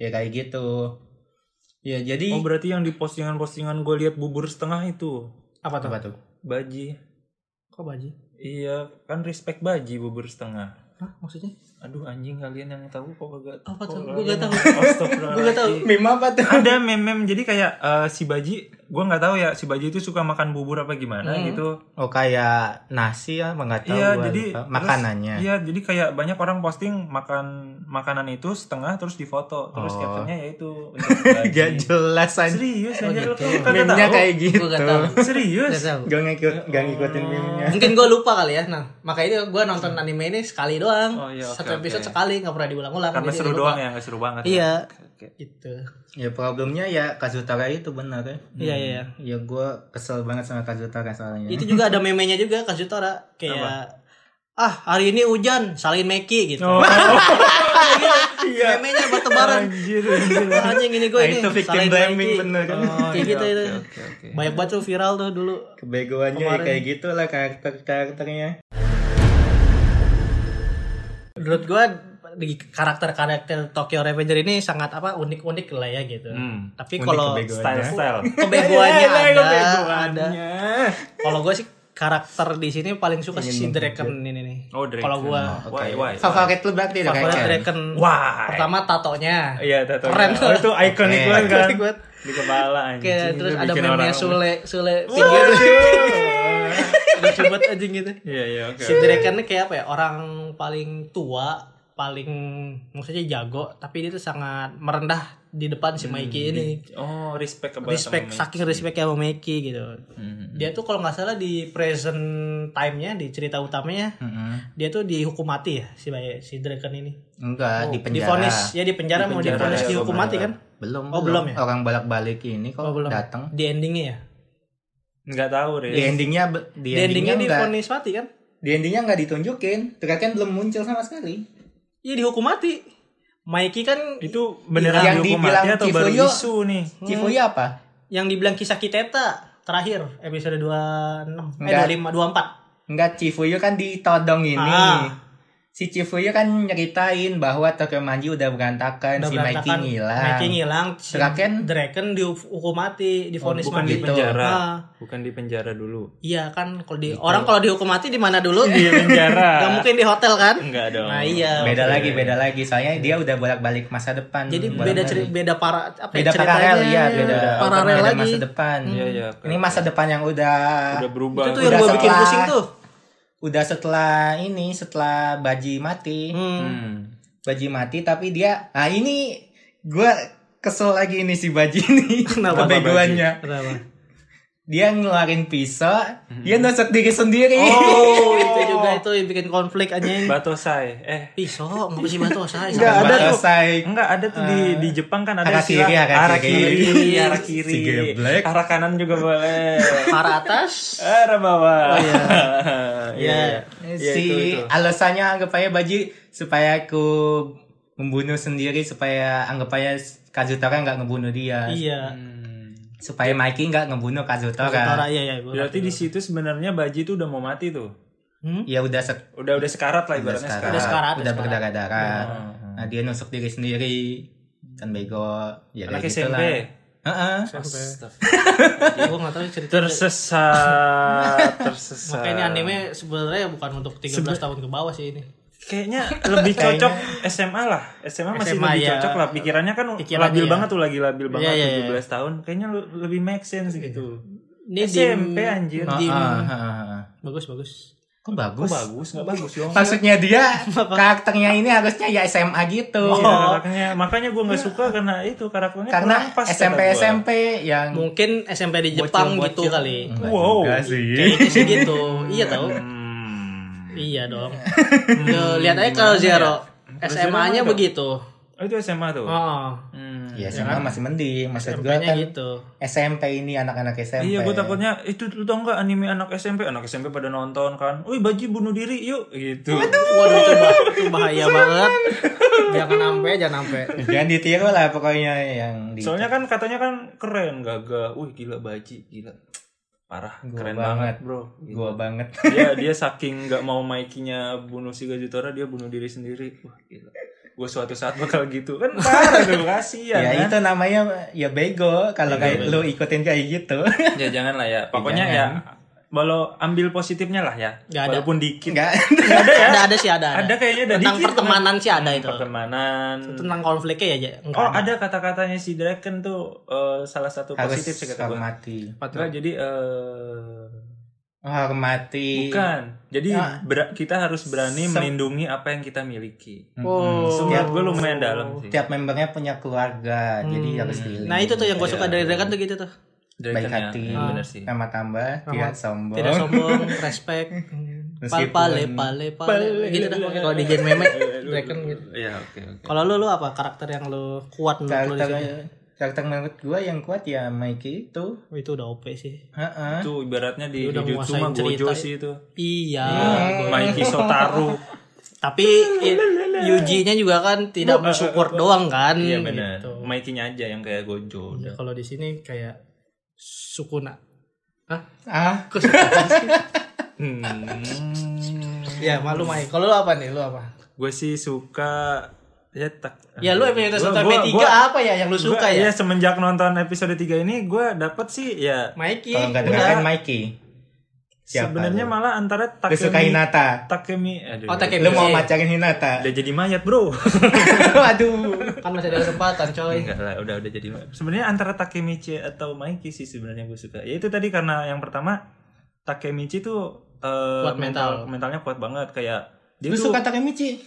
S3: Ya kayak gitu. Ya jadi
S2: Oh berarti yang di postingan-postingan gue lihat bubur setengah itu
S1: Apa tuh?
S3: apa tuh?
S2: Baji.
S1: Kok Baji?
S2: Iya kan respect Baji bubur setengah.
S1: Hah, maksudnya?
S2: Aduh anjing kalian yang tahu kok kagak
S1: Apa tuh?
S2: kok kalian
S1: Gua gak tahu.
S2: Astagfirullahaladzim.
S1: Gua gak tahu.
S3: Meme apa tuh?
S2: Ada meme-meme jadi kayak eh, si Baji, gue nggak tahu ya si Baji itu suka makan bubur apa gimana
S1: Hmm.
S2: gitu.
S3: Oh kayak nasi ya, nggak tahu
S2: Iya
S3: gua
S2: jadi
S3: lupa.
S2: terus-
S3: makanannya.
S2: Iya jadi kayak banyak orang posting makan makanan itu setengah terus difoto terus
S3: Oh.
S2: captionnya ya itu untuk Baji.
S3: Gak jelas aja.
S2: Serius
S1: Oh,
S2: anjir lu
S1: gitu.
S2: kagak
S3: Meme-nya
S2: tahu?
S3: kayak gitu.
S1: Gua gak tahu.
S2: Serius?
S1: Gak tahu.
S3: Gak ngikut, gak ngikutin meme-nya.
S1: Mungkin gue lupa kali ya. Nah, makanya gue nonton anime ini sekali doang.
S2: Oh, iya, oke,
S1: Satu episode
S2: oke.
S1: sekali, nggak pernah diulang-ulang.
S2: Karena
S1: jadi
S2: seru
S1: lupa.
S2: doang ya, nggak seru banget.
S1: Iya.
S2: Oke.
S1: Gitu.
S3: Ya problemnya ya Kazutora itu benar ya.
S1: Iya, iya. iya.
S3: Ya gua kesel banget sama Kazutora soalnya.
S1: Itu juga ada memenya juga Kazutora kayak ah hari ini hujan salin Meki gitu. Iya.
S2: Oh, Iya.
S1: Memenya bertebaran.
S2: anjir, anjir.
S1: Anjing ini gue
S3: Nah,
S1: ini.
S3: itu victim
S1: salin
S3: blaming
S1: Meki.
S3: bener kan.
S2: Oh,
S1: Kayak
S2: iya,
S1: gitu itu.
S2: Oke, oke.
S1: Banyak banget tuh viral tuh dulu.
S3: Kebegoannya ya kayak gitulah karakter-karakternya.
S1: Menurut gue di karakter-karakter Tokyo Revenger ini sangat apa unik-unik lah ya gitu.
S2: Hmm.
S1: Tapi
S3: Unik
S1: kalau
S3: kebegoannya.
S2: Style style.
S1: kebegoannya
S2: Iya, iya,
S1: ada, ada.
S2: kebegoannya.
S1: Kalau gue sih karakter di sini paling suka si Draken ini nih.
S2: Oh, Draken.
S1: Kalau gue
S2: Why, why, why?
S3: Favorit lu berarti udah
S1: favorit ya,
S3: kayak
S1: Draken.
S2: Why?
S1: Pertama tatonya.
S2: Iya, tato.
S1: Keren.
S2: Oh, itu ikonik
S3: Oke.
S2: banget kan.
S1: Ikonik banget.
S2: Di kepala anjing.
S1: Kayak
S2: Itu
S1: terus ada
S2: bikin
S1: meme
S2: orang-
S1: Sule, Sule
S2: Iya,
S1: pinggir
S2: iya.
S1: lucu banget anjing gitu.
S2: Iya, iya, oke.
S1: Si Draken ini kayak apa ya? Orang paling tua paling maksudnya jago tapi dia tuh sangat merendah di depan si Mikey ini
S2: Oh, respect about
S1: respect
S2: sama
S1: saking respect sama Mikey gitu
S2: Mikey. Hmm.
S3: Mm-hmm.
S1: dia tuh kalau nggak salah di present time-nya di cerita utamanya dia tuh dihukum mati ya si Bay- si Draken ini Oh,
S3: Enggak, Ah, di penjara.
S1: difonis ya di penjara, mau
S2: Dipenjara,
S1: difonis
S2: ya,
S1: dihukum mati kan
S3: Belum.
S1: Oh, belum ya?
S3: Orang bolak-balik ini kok
S1: Oh, belum.
S3: datang.
S1: di endingnya ya
S2: Nggak tahu, Riz.
S3: Di endingnya be-
S1: di
S3: di, endingnya
S1: endingnya
S3: enggak.
S1: difonis mati kan
S3: Di endingnya enggak ditunjukin. Draken belum muncul sama sekali.
S1: iya dihukum mati Mikey kan
S2: Itu beneran
S3: Yang
S2: dihukum
S3: dibilang
S2: mati atau baru
S3: Kifuyo-
S2: isu nih?
S3: Cifuya apa?
S1: yang dibilang kisah Kiteta terakhir episode 26 eh
S3: Enggak.
S1: 25 24
S3: Enggak, Cifuyu kan ditodong ini.
S1: Ah.
S3: Si Cifuyu kan nyeritain bahwa Tokyo Manji udah berantakan,
S1: Udah
S3: Kan si Mikey
S1: berantakan.
S3: ngilang.
S1: Mikey ngilang si
S3: Draken? Oh,
S1: Draken dihukum mati difonis
S2: bukan
S1: mati
S3: gitu.
S2: di penjara.
S1: Ah,
S2: Bukan di penjara dulu.
S1: iya kan kalau di
S3: Gitu.
S1: orang kalau dihukum mati di mana dulu
S3: Iya,
S1: di
S2: penjara.
S1: nggak mungkin di hotel kan
S2: Enggak dong.
S1: nah iya
S3: Beda lagi, beda lagi. Soalnya dia udah bolak-balik masa depan.
S1: jadi
S3: Bolak-balik.
S1: beda cerita beda para apa ya,
S3: Hmm, beda
S1: ceritanya,
S3: paralel ya, beda
S1: paralel
S3: beda
S1: lagi Hmm.
S3: masa depan.
S2: Iya, iya.
S3: Ini masa depan yang udah
S2: udah berubah.
S1: itu tuh yang
S3: Udah
S1: gue bikin
S3: setelah-
S1: pusing tuh
S3: udah setelah ini, setelah Baji mati.
S1: Hmm.
S2: Hmm.
S3: Baji mati tapi dia ah ini gua kesel lagi ini si Baji ini.
S1: Kenapa Baji?
S3: kebegoannya.
S1: Kenapa?
S3: dia ngeluarin pisau, dia nusuk diri sendiri.
S1: Hmm. oh itu juga itu yang bikin konflik anjing
S2: Batosai. Eh,
S1: pisau nggak sih batu saya
S3: Nggak ada tuh.
S2: Enggak ada tuh di di Jepang kan ada
S3: arah
S2: istilah
S3: kiri, arah
S2: arah
S3: kiri.
S2: kiri, arah kiri.
S3: Si geblek.
S2: Arah kanan juga boleh. Eh,
S1: para atas
S2: arah bawah. iya.
S1: Iya.
S2: Iya,
S3: Ya, Eh, si
S2: itu, itu.
S3: alasannya anggap aja Baji supaya aku membunuh sendiri supaya anggap aja Kazutora nggak ngebunuh dia.
S1: iya
S3: Hmm. Supaya Mikey nggak ngebunuh Kazutora.
S1: Tentara iya iya gua
S2: Berarti di situ sebenarnya Baji tuh udah mau mati tuh.
S1: Hmm?
S3: Ya udah sek
S2: Udah udah sekarat lah
S3: udah
S2: ibaratnya
S3: sekarat,
S2: sekarat.
S1: Udah sekarat,
S3: udah
S1: udah sekarat.
S3: berdarah-darah. Nah, dia nusuk diri sendiri kan bego ya
S2: Anak
S3: kayak gitu
S2: SMP.
S3: lah. Heeh.
S2: Astaga.
S1: gue Iya, nggak tahu cerita
S2: Tersesat, tersesat.
S1: makanya ini anime sebenarnya bukan untuk 13 tahun ke bawah sih ini
S2: Kayaknya lebih cocok SMA lah. SMA masih
S1: SMA,
S2: lebih
S1: ya.
S2: cocok lah. Pikirannya kan
S1: Pikirannya
S2: labil
S1: ya.
S2: banget tuh lagi labil banget
S1: Iya, iya, iya.
S2: 17 tahun. Kayaknya lu- lebih make sense gitu. Ah,
S1: ini
S2: SMP
S1: dim-
S2: anjir.
S1: dim-
S3: Heeh, heeh, heeh.
S1: bagus bagus
S3: Kok bagus?
S2: Kok bagus? Nggak bagus dong.
S3: Maksudnya dia karakternya ini harusnya ya SMA gitu.
S2: Iya, karakternya. Makanya gue nggak suka karena itu karakternya
S3: Karena
S2: kurang pas kata
S3: SMP
S2: gua.
S3: SMP yang
S1: mungkin SMP di Jepang gitu
S3: Bocil-bocil.
S1: kali
S3: Enggak
S2: Wow.
S3: juga sih.
S1: kayaknya sih gitu iya tau
S2: Hmm. ya?
S1: iya dong Yo, lihat aja kalau Zero SMA-nya
S2: Zero
S1: begitu
S2: Oh, itu SMA tuh.
S1: oh
S2: Hmm.
S3: Ya SMA masih mending, maksud gue
S1: kayaknya
S3: kan
S1: gitu
S3: SMP ini anak-anak SMP.
S2: Iya, gue takutnya itu lu tau nggak anime anak SMP, anak SMP pada nonton kan, wih Baji bunuh diri yuk, gitu.
S1: waduh itu, bah- itu bahaya banget jangan sampai jangan sampai
S3: Jangan ditiru lah pokoknya yang di
S2: Soalnya kan katanya kan keren, gagah, wih gila Baji, gila, parah,
S3: Gua
S2: keren
S3: banget.
S2: banget, bro. Gitu.
S3: gua banget.
S2: dia dia saking nggak mau Mikey-nya bunuh si Gajutora, dia bunuh diri sendiri. Wah gila, gue suatu saat bakal gitu kan, parah tuh kasihan.
S3: ya
S2: kan?
S3: itu namanya ya bego kalau kayak lu ikutin kayak gitu.
S2: ya jangan lah ya pokoknya ya walau ambil positifnya lah ya
S1: Nggak ada.
S2: walaupun dikit
S3: Enggak.
S2: Nggak ada ya
S1: ada ada sih ada
S2: Ada kayaknya ada
S1: tentang
S2: dikit,
S1: pertemanan sih ada itu
S2: pertemanan
S1: tentang konfliknya ya ja- enggak
S2: oh ada kata-katanya si Draken tuh eh, salah satu
S3: Harus
S2: positif sih kata gue
S3: hormati.
S2: Enggak, jadi eh
S3: Hormati.
S2: bukan jadi
S3: Ya.
S2: bera- kita harus berani
S3: Sem-
S2: melindungi apa yang kita miliki
S3: Mm-mm.
S1: Oh.
S2: Semangat gue lumayan dalam sih
S3: Tiap membernya punya keluarga, jadi harus dilindungi.
S1: nah itu tuh yang gue
S2: Iya.
S1: suka dari Dragon tuh gitu tuh
S2: Draken
S3: baik
S2: ya,
S3: hati,
S2: ya, bener sih
S3: nama tambah, tidak sombong.
S1: tidak sombong respect pal
S3: Meskipun-
S1: pale pale pale gitu dah pokoknya kalau di game meme Dragon gitu
S2: Iya, oke oke
S1: kalau lu lu apa karakter yang lu kuat menurut lu di
S3: karakter
S1: sini?
S3: karakter menurut gua yang kuat ya Mikey itu
S1: itu udah OP sih
S3: Heeh.
S2: itu ibaratnya di
S1: Udah
S2: Jujutsu mah
S1: nguasain cerita. ya.
S2: Gojo sih itu
S1: iya
S2: Mikey Sotaru
S1: tapi i- Yuji-nya juga kan tidak mensyukur doang kan
S2: Iya benar. Iya.
S1: gitu.
S2: Mikey-nya aja yang kayak Gojo.
S1: Ya, kalau di sini kayak Sukuna Hah?
S3: ah
S1: Kok Sukuna sih?
S2: Hmm.
S1: ya malu Mai kalau lu apa nih lu apa
S2: Gue sih suka ya tak.
S1: ya lu Emily
S2: Gua-
S1: Sota
S2: gua-
S1: P3
S2: gua-
S1: apa ya yang lu
S2: gua- iya,
S1: suka ya
S2: semenjak nonton episode 3 ini gue dapet sih ya
S1: Mikey
S3: kalau nggak dengerin Mikey Siapa
S2: sebenarnya
S3: lu?
S2: malah antara
S3: lu suka
S2: Takemi
S3: Hinata
S2: Takemi aduh.
S1: Oh, Takemi.
S3: lu mau
S1: Iya.
S3: macarin Hinata
S2: Udah jadi mayat, Bro.
S3: aduh
S1: kan masih ada kesempatan coy
S2: Enggak lah, udah udah jadi mayat. Sebenarnya antara Takemichi atau Mikey sih sebenarnya gue suka. Ya itu tadi karena yang pertama Takemichi tuh eh,
S1: Kuat mental.
S2: mentalnya kuat banget kayak dia
S3: lu
S2: tuh
S3: suka Takemichi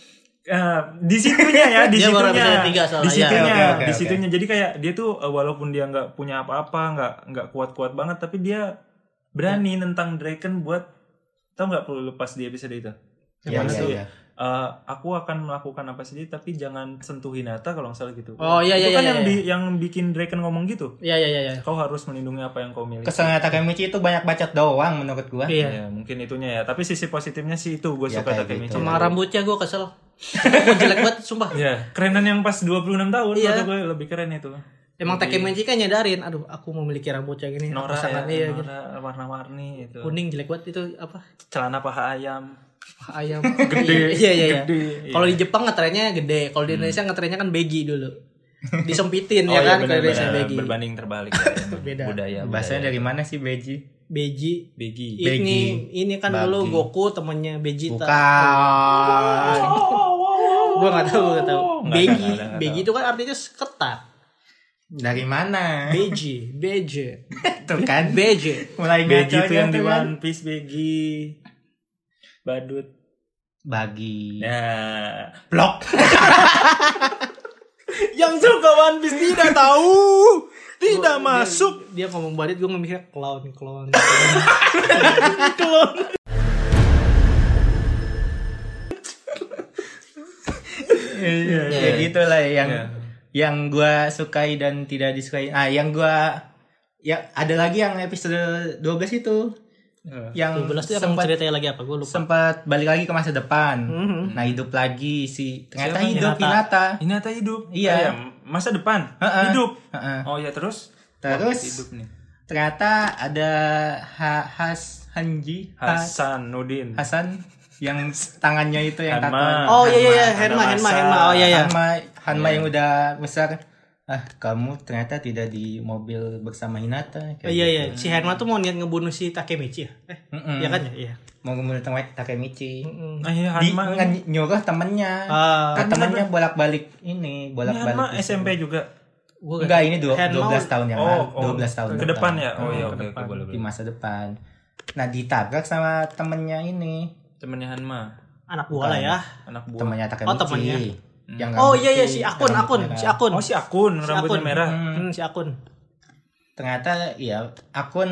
S2: eh, di situnya ya, di
S1: Dia baru episode
S2: situnya,
S1: tiga soalnya.
S2: di situnya,
S3: Oke, oke, oke,
S2: di
S3: oke.
S2: situnya. Jadi kayak dia tuh eh, walaupun dia nggak punya apa-apa, nggak nggak kuat-kuat banget, tapi dia
S1: Ya.
S2: berani nentang Draken buat tau nggak perlu lepas di episode itu.
S3: Iya,
S2: Yang mana
S3: iya,
S2: tuh?
S3: iya.
S2: Eh, aku akan melakukan apa saja tapi jangan sentuh Hinata kalau nggak salah gitu.
S1: Oh, iya, iya,
S2: Itu kan
S1: iya,
S2: yang
S1: iya.
S2: di- yang bikin Draken ngomong gitu.
S1: Iya iya iya iya.
S2: Kau harus melindungi apa yang kau miliki.
S3: Keselnya Takemichi itu banyak bacot doang menurut gua.
S1: Iya.
S2: Ya, mungkin itunya ya. Tapi sisi positifnya sih itu gue
S3: Ya,
S2: suka
S3: kayak
S2: Takemichi.
S3: gitu.
S1: Sama rambutnya gue kesel. Gua jelek banget sumpah.
S2: Ya, kerenan yang pas 26 tahun
S1: Iya.
S2: kata gue lebih keren itu.
S1: Emang
S2: Jadi,
S1: Takemichi kan nyadarin, aduh aku memiliki rambut kayak gini.
S2: Iya. Nora
S1: aku sangat
S2: ya,
S1: iya, gitu.
S2: Nora warna-warni itu.
S1: Kuning jelek banget itu apa?
S2: Celana paha ayam.
S1: Paha Ayam. Gede. Iya iya iya.
S2: Gede. Hmm.
S1: Kalau di Jepang ngetrennya gede, kalau di Indonesia ngetrennya kan begi dulu.
S2: Oh,
S1: Disempitin ya kan kalau di Indonesia
S2: benar-benar
S1: begi.
S2: iya, berbanding terbalik ya, emang.
S1: Beda.
S2: budaya. budaya.
S3: Bahasanya dari mana sih Beji?
S1: Beji.
S2: Begi.
S3: Iya,
S1: Ini ini kan dulu
S3: Bagi.
S1: Goku temennya Vegeta.
S3: Bukan.
S1: Gua nggak tahu, nggak tahu.
S2: Nggak, nggak,
S1: Beji,
S2: nggak, nggak
S1: beji itu kan artinya ketat.
S3: Dari mana?
S1: Beji, beje,
S3: Tuh kan.
S1: beje.
S3: Mulai
S2: Begi
S3: ngaco
S2: itu yang di
S3: gitu kan.
S2: One Piece Begi. Badut.
S3: Bagi.
S2: Nah,
S3: Blok.
S2: yang suka One Piece tidak tahu. Tidak masuk.
S1: Dia ngomong badut, gue ngemikirnya clown, clown.
S3: Iya,
S1: Iya.
S3: ya gitulah yang
S2: Iya.
S3: yang gua sukai dan tidak disukai. Ah, yang gua ya ada lagi yang episode 12 itu yang
S1: 12 itu yang
S3: sempat
S1: ceritanya lagi apa? Gue lupa.
S3: sempat balik lagi ke masa depan.
S1: Mhm.
S3: Nah, hidup lagi si ternyata
S2: Siapa?
S3: hidup Hinata.
S2: Hinata hidup.
S3: Iya.
S2: Ah, Masa depan.
S3: Heeh.
S2: Hidup.
S3: Heeh.
S2: Oh ya terus.
S3: Terus?
S2: Wah, hidup nih.
S3: Ternyata ada Ha- Has Hanji Ha-
S2: Hasan Nudin.
S3: Hasan yang tangannya itu yang
S2: Hanma.
S3: tatoan.
S1: Oh iya iya, iya. Henma,
S2: Hanma, ada
S1: Henma,
S2: masa.
S1: Henma. Oh iya iya.
S3: Hanma, Hanma yang udah besar. Ah, kamu ternyata tidak di mobil bersama Hinata.
S1: Iya
S3: Kayak gitu.
S1: iya, si Henma tuh mau niat ngebunuh si Takemichi ya? Eh,
S3: Mm-mm.
S1: iya kan ya? Iya.
S3: Mau ngebunuh temen Takemichi.
S1: Mm-mm.
S2: Ah, iya,
S3: Di
S2: Hanma.
S3: nge- nyuruh temennya.
S1: Ah,
S3: Nah, temennya bolak-balik ini,
S2: Ini Hanma
S3: bolak-balik. itu.
S2: SMP juga. Oh,
S1: gua
S3: Enggak, ini dua,
S1: Hanma-
S3: 12 tahun
S1: Oh,
S3: yang lalu. 12 tahun.
S2: Ke
S3: yang
S2: depan
S3: lalu.
S2: ya. Oh iya
S3: Ke
S2: oke oke
S3: depan,
S2: boleh
S3: Di
S2: boleh.
S3: masa depan. Nah, ditabrak sama temennya ini.
S2: Temennya Hanma,
S1: anak gua lah ya.
S2: anak buah.
S3: Temennya Takemichi.
S1: Oh, temennya.
S3: Yang
S1: Oh
S3: rambut
S1: iya iya
S3: pink,
S1: si akun
S3: rambut
S1: akun,
S3: merah.
S1: si akun.
S2: Oh si Akun
S1: Si
S2: rambutnya
S1: Akun.
S2: merah.
S3: Mm.
S1: Hmm, si akun.
S3: ternyata ya akun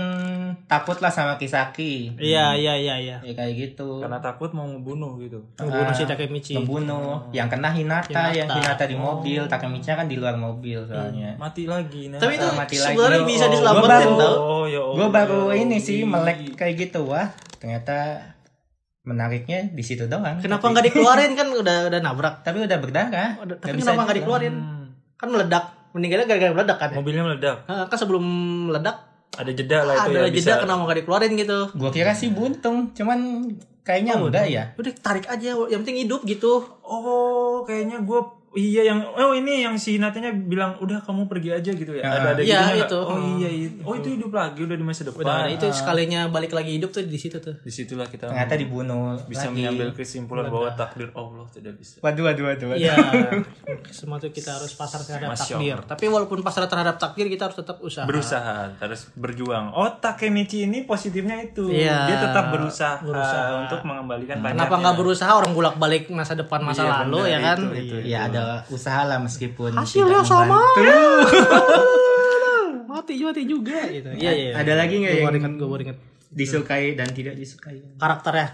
S3: takutlah sama Kisaki
S1: Iya iya iya iya.
S3: ya kayak gitu
S2: Karena takut mau ngebunuh gitu.
S1: Ngebunuh si
S3: Ah,
S1: Takemichi.
S3: ngebunuh yang kena Hinata,
S1: Hinata. Oh.
S3: yang Hinata di mobil Takemichi kan di luar mobil
S1: Hmm.
S3: soalnya
S2: Mati lagi. Nah.
S1: Tapi itu
S3: mati lagi.
S1: sebenarnya bisa
S3: Oh,
S1: diselamatin
S3: gua baru-
S1: tau.
S2: Oh, ya Allah.
S3: gue baru ini sih melek kayak gitu wah ternyata menariknya di situ doang
S1: Kenapa
S3: Tapi-
S1: nggak dikeluarin kan udah udah nabrak.
S3: tapi udah berdarah
S1: Oh,
S3: Nggak
S1: Tapi
S3: bisa
S1: kenapa nggak
S3: dibilang.
S1: dikeluarin?
S2: Hmm.
S1: Kan meledak. Meninggalnya gara-gara meledak kan.
S2: Mobilnya meledak.
S1: Heeh, Kan sebelum meledak ah,
S2: Ada jeda lah itu
S1: ada
S2: ya bisa.
S1: jeda kenapa nggak dikeluarin gitu.
S3: gue kira sih buntung cuman kayaknya
S1: Oh,
S3: udah ya
S1: Udah tarik aja, yang penting hidup gitu.
S2: Oh, kayaknya gue iya yang oh ini yang si Natanya bilang udah kamu pergi aja gitu ya.
S3: Ya.
S2: Ada
S1: Iya,
S2: ada gitunya nggak?
S1: itu.
S2: Oh iya itu. Oh itu hidup lagi udah di masa depan.
S1: Udah Nah, itu sekalinya balik lagi hidup tuh di situ tuh.
S2: Disitulah kita
S3: ternyata dibunuh
S2: bisa
S3: lagi.
S2: mengambil kesimpulan bahwa takdir Allah tidak bisa.
S3: waduh waduh waduh, waduh.
S1: Iya. Semua tuh kita harus pasar terhadap
S2: Masya
S1: takdir. Tapi walaupun pasar terhadap takdir kita harus tetap usaha.
S2: Berusaha, harus berjuang. Oh, Takemichi ini positifnya itu.
S1: Iya.
S2: Dia tetap berusaha,
S1: Berusaha.
S2: untuk mengembalikan
S1: Kenapa
S2: banyaknya.
S1: nggak berusaha orang bolak balik masa depan masa
S2: Iya,
S1: lalu
S2: bener,
S1: ya kan?
S2: itu, itu,
S3: ya ada usaha lah meskipun
S1: Hasilnya
S3: tidak
S1: sama.
S3: membantu.
S1: Mati mati juga gitu. Iya iya.
S3: Ada lagi nggak
S1: Gue
S3: yang-
S1: baru inget, gue baru inget.
S3: disukai dan tidak disukai
S1: Karakternya.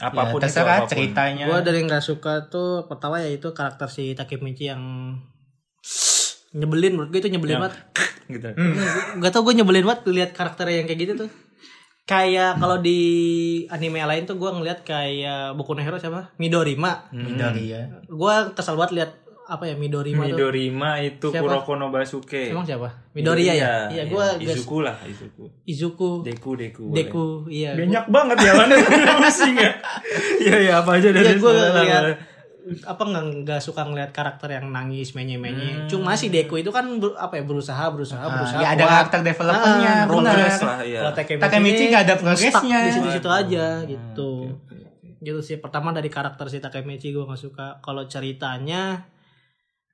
S2: Apapun itu,
S3: ya, terserah
S2: apapun.
S3: ceritanya
S1: Gue dari nggak suka tuh pertama yaitu karakter si Takemichi yang nyebelin menurut gue itu nyebelin
S3: Iya.
S1: banget.
S2: gitu.
S1: Hmm. Gak tau gue nyebelin banget lihat karakternya yang kayak gitu tuh. Kayak kalau di anime lain tuh gue ngeliat kayak Boku no Hero siapa? Midorima.
S3: Midori ya
S1: Gue kesel banget lihat apa ya Midorima tuh.
S2: Midorima itu
S1: Siapa?
S2: Kuroko no Basuke.
S1: Emang siapa? Midoriya ya? Iya, gue
S2: Izuku lah, Izuku.
S1: Izuku.
S2: Deku, Deku. boleh.
S1: Deku, iya.
S2: Banyak banget ya, Wan. Pusing ya. Iya, iya, apa aja
S1: Iya
S2: dari
S1: gue
S2: semua lah,
S1: ngeliat
S2: boleh.
S1: apa nggak nggak suka ngeliat karakter yang nangis menye-menye. Cuma si Deku itu kan ber- apa ya berusaha berusaha
S3: Ah,
S1: berusaha.
S3: ya ada
S1: kuat.
S3: karakter developernya
S1: Ah,
S2: Road
S3: benar
S2: race lah, iya.
S1: Kalau Takemichi,
S3: Takemichi nggak ada
S1: stuck
S3: progresnya.
S1: Di situ-situ aja gitu. Gitu sih pertama dari karakter si Takemichi gue nggak suka. Kalau ceritanya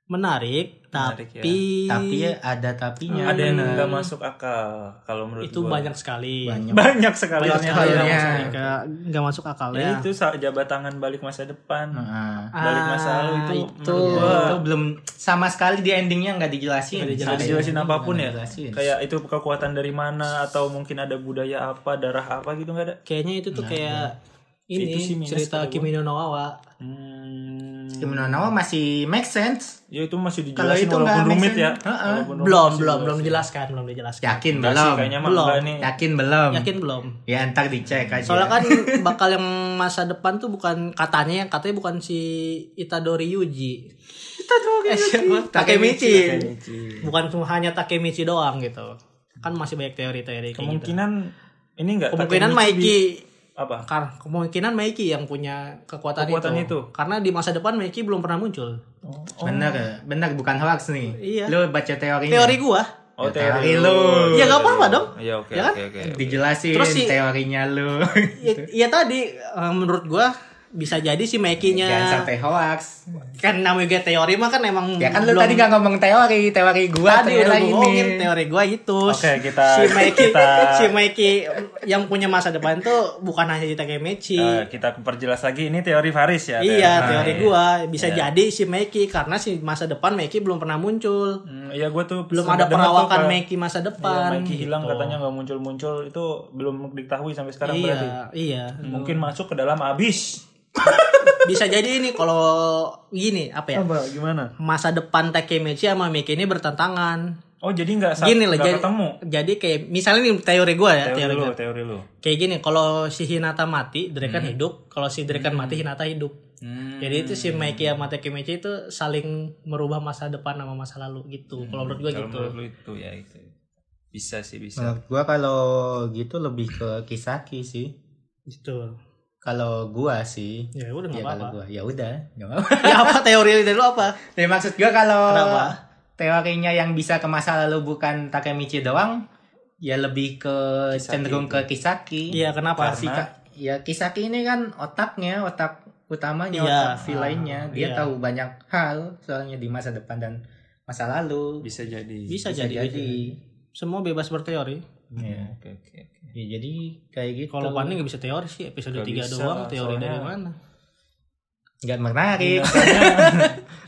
S1: menarik,
S2: Menarik, ya.
S1: tapi
S3: Tapi ada tapinya.
S2: Ada yang
S1: Hmm.
S2: nggak masuk akal kalau menurut
S1: itu
S2: gua.
S1: banyak sekali.
S3: Banyak.
S2: banyak sekali.
S1: Banyak sekali Iya.
S3: sekali.
S1: yang masuk akal. nggak masuk akal
S2: Ya,
S1: ya. Nah.
S2: itu sa- jabat tangan balik masa depan.
S3: Heeh.
S2: Balik masa lalu itu
S1: Ah,
S2: menurut
S1: itu.
S2: gua-
S3: Ah. Ya, Itu belum sama sekali di endingnya nggak dijelasin.
S1: Nggak dijelasin.
S2: Bisa
S3: Sampai
S2: dijelasin
S3: ending
S2: apapun
S3: nggak
S2: ya.
S3: dijelasin.
S2: Kayak itu kekuatan dari mana atau mungkin ada budaya apa, darah apa gitu nggak ada?
S1: Kayaknya itu tuh kayak ini
S2: ya. Itu sih minus
S1: cerita
S2: kata gua.
S1: Kimi no na wa wa.
S2: Hmm.
S3: Kimi no Na wa masih make sense.
S2: Ya itu masih dijelasin
S3: Kalau itu
S2: walaupun
S3: nggak
S2: rumit
S3: make
S2: ya.
S3: sense. Heeh.
S2: Walaupun rumit
S1: Belum, belum,
S2: masih
S1: belum
S2: dijelasin.
S1: dijelaskan, belum dijelaskan.
S3: Yakin
S2: Enggak sih,
S3: belum?
S2: kayaknya mah
S1: Belum.
S2: enggak nih.
S3: Yakin belum?
S1: Yakin belum?
S3: Ya ntar dicek aja.
S1: Soalnya kan bakal yang masa depan tuh bukan katanya yang katanya bukan si Itadori Yuji. Itadori Yuji.
S3: Takemichi.
S2: gitu.
S1: Bukan cuma hanya Takemichi doang gitu. Kan masih banyak teori-teori kayak gitu.
S2: Kemungkinan ini enggak
S1: Kemungkinan
S2: Takemichi
S1: Mikey
S2: bi- apa?
S1: kar- kemungkinan Mikey yang punya kekuatan,
S2: Kekuatan itu.
S1: Karena di masa depan Mikey belum pernah muncul.
S3: Bener, bener bukan hoax nih.
S1: Iya.
S3: Lu baca teorinya.
S1: Teori gua.
S2: Oh,
S3: Ya,
S2: teori
S3: teori lu.
S1: Ya gak apa-apa dong.
S2: Ya oke
S1: Ya kan?
S2: oke oke.
S3: Dijelasin
S1: Terus si-
S3: teorinya lu.
S1: Ya, ya tadi eh, menurut gua bisa jadi si Mikey-nya
S3: Jangan Iya, sampai hoax.
S1: kan namanya juga teori mah kan emang
S3: Ya kan lu
S1: belum-
S3: tadi gak ngomong teori, teori gua
S1: tadi
S3: ternyata
S1: udah
S3: ini.
S1: ngomongin teori gua itu.
S2: Oke, kita-
S1: si Mikey,
S2: kita-
S1: si Mikey yang punya masa depan tuh bukan hanya cerita kayak Mechi.
S2: Eh, kita perjelas lagi ini teori Faris ya.
S1: iya,
S2: Faris.
S1: teori gua bisa
S2: Iya.
S1: jadi si Mikey karena si masa depan Mikey belum pernah muncul.
S2: Hmm, Iya gua tuh
S1: Belum ada
S2: sempat dengar tuh
S1: perawakan
S2: kalau-
S1: Mikey masa
S2: Iya,
S1: depan.
S2: Mikey hilang
S1: gitu.
S2: katanya nggak muncul-muncul itu belum diketahui sampai sekarang
S1: Iya,
S2: berarti.
S1: iya.
S2: Mungkin masuk ke dalam abis.
S1: Bisa jadi ini kalau gini apa ya?
S2: Apa Eh, gimana?
S1: Masa depan Takemichi sama Mikey ini bertentangan.
S2: Oh, jadi nggak sa-
S1: Gini loh,
S2: nggak
S1: jadi,
S2: ketemu.
S1: jadi kayak misalnya nih teori gua ya,
S2: Teori,
S1: teori,
S2: lu,
S1: gua.
S2: teori lu.
S1: kayak gini kalau si Hinata mati Draken
S2: Hmm.
S1: hidup kalau si Draken mati Hinata hidup
S2: Iya.
S1: jadi itu si Mikey
S2: Hmm.
S1: sama Takemichi itu saling merubah masa depan sama masa lalu gitu kalau menurut gue
S2: Hmm. Kalau
S1: gitu Nah.
S2: menurut lu itu ya itu. Bisa sih bisa.
S3: Menurut gua kalau gitu lebih ke Kisaki sih.
S1: gitu
S3: Kalau gua sih.
S1: ya udah
S3: Ya
S1: nggak
S2: Iya,
S3: kalau
S1: apa-apa
S3: gua ya udah, nggak apa-apa.
S1: ya apa teori dari lu apa
S3: Ya maksud gua kalau
S1: Kenapa?
S3: teorinya yang bisa ke masa lalu bukan Takemichi doang, ya lebih ke
S2: Kisaki.
S3: cenderung ke Kisaki.
S1: iya kenapa
S2: Karena-
S3: Si Ka- ya Kisaki ini kan otaknya, otak utamanya,
S1: Iya.
S3: otak villainnya.
S1: Ah,
S3: Dia
S1: iya.
S3: tahu banyak hal soalnya di masa depan dan masa lalu.
S2: Bisa jadi.
S1: bisa, jadi, semua bebas berteori
S3: Iya.
S2: Hmm, Oke oke oke.
S3: Ya, jadi kayak gitu.
S1: kalau Wani nggak bisa teori sih episode 3
S2: Nggak bisa,
S1: doang teori
S2: soalnya-
S1: dari mana
S3: Nggak
S1: Iya.
S3: menarik.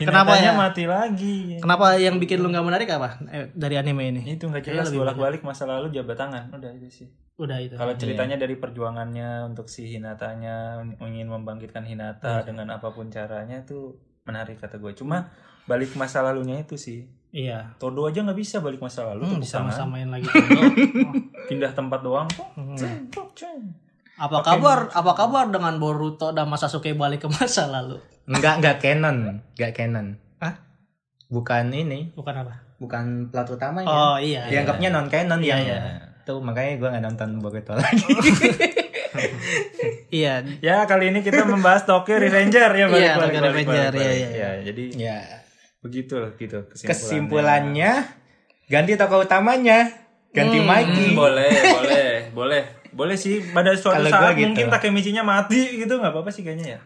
S1: Kenapa
S2: Kenapa
S1: ya?
S2: mati lagi?
S1: kenapa yang bikin lu nggak menarik apa Eh, dari anime ini
S2: Itu nggak
S1: Kayaknya
S2: jelas
S1: lebih
S2: bolak-balik masa lalu jabat tangan udah itu sih.
S1: udah itu
S2: Kalau ceritanya dari perjuangannya untuk si Hinatanya ingin membangkitkan
S1: Iya.
S2: Hinata dengan apapun caranya tuh menarik kata gue. Cuma balik masa lalunya itu sih.
S1: iya
S2: Todo aja nggak bisa balik masa lalu
S1: Hmm,
S2: tuh bisa
S1: sama
S2: kan?
S1: samain lagi Tondo.
S2: pindah tempat doang. kok.
S1: Hmm.
S2: Ceng, cok, ceng.
S1: Apa
S2: Pakai
S1: kabar? Apa kabar dengan Boruto dan Masasuke balik ke masa lalu?
S3: Enggak, enggak canon, enggak canon.
S1: Hah?
S3: Bukan ini,
S1: Bukan apa?
S3: bukan plot utamanya.
S1: Oh iya. iya.
S3: Dianggapnya non canon
S1: Iya,
S3: ya.
S1: iya.
S3: Tuh makanya gua nggak nonton Boruto lagi.
S1: Iya.
S2: Ya kali ini kita membahas Tokyo Revenger ya balik
S1: Iya,
S2: balik,
S1: Tokyo
S2: balik,
S1: Revenger,
S2: balik,
S1: iya,
S2: balik.
S1: iya.
S2: Ya, jadi
S3: ya,
S2: begitu lah gitu kesimpulannya.
S3: kesimpulannya ganti tokoh utamanya, ganti Mikey.
S2: Hmm, boleh, boleh, boleh. Boleh sih pada suatu
S3: Kalau
S2: saat
S3: gua gitu.
S2: mungkin Takemichi-nya mati gitu nggak apa-apa sih kayaknya ya.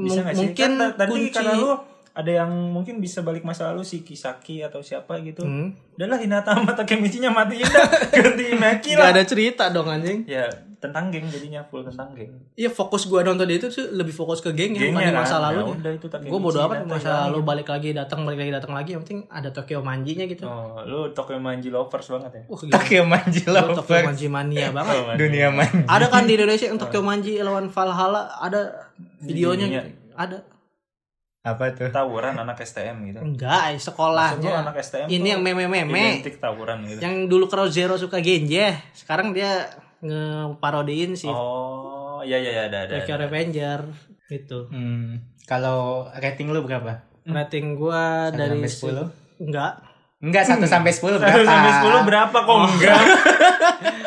S2: Bisa
S1: Mung-
S2: nggak sih?
S1: mungkin
S2: Kan ta- tadi
S1: kunci
S2: karena lu ada yang mungkin bisa balik masa lalu si Kisaki atau siapa gitu.
S1: Hmm.
S2: Udahlah Hinata sama Takemichi-nya matiin dah. ya ganti Maki
S1: Gak
S2: lah.
S1: ada cerita dong anjing.
S2: Ya, tentang geng jadinya full tentang geng.
S1: Iya fokus gua nonton itu tuh lebih fokus ke gengnya bukan di
S2: Gengnya
S1: masa
S2: kan?
S1: lalu.
S2: Ya udah, itu Takemichi
S1: Gue bodo amat
S2: datang,
S1: masa
S2: hilangin.
S1: lalu balik lagi datang balik lagi datang lagi yang penting ada Tokyo Manjinya gitu.
S2: Oh, lu Tokyo Manji lovers banget ya.
S1: Wah gila.
S3: Tokyo Manji
S1: Gua Tokyo
S3: Lover,
S1: Manji mania Iya banget.
S2: Oh, Manji.
S3: dunia manji.
S1: Ada kan di Indonesia yang
S2: Nah.
S1: Tokyo Manji lawan Valhalla ada videonya
S2: Videonya.
S1: gitu. Ada.
S3: Apa tuh?
S2: Tawuran anak STM gitu.
S1: Enggak,
S2: Maksud lu
S1: sekolahnya.
S2: anak
S1: iya.
S2: STM
S1: Ini
S2: tuh
S1: yang meme-meme.
S2: identik tawuran gitu.
S1: yang dulu Crow Zero suka genje sekarang dia ngeparodiin si
S2: Oh, ya ya ya ada ada.
S1: Tokyo Revenger gitu
S3: Hmm, kalau rating lu berapa?
S1: Hmm. rating gua
S3: Satu
S1: dari
S3: sampai
S1: se-
S3: sepuluh?
S1: enggak
S3: Enggak 1
S1: Hmm.
S3: sampai 10 berapa?
S2: Satu sampai sepuluh berapa kok enggak?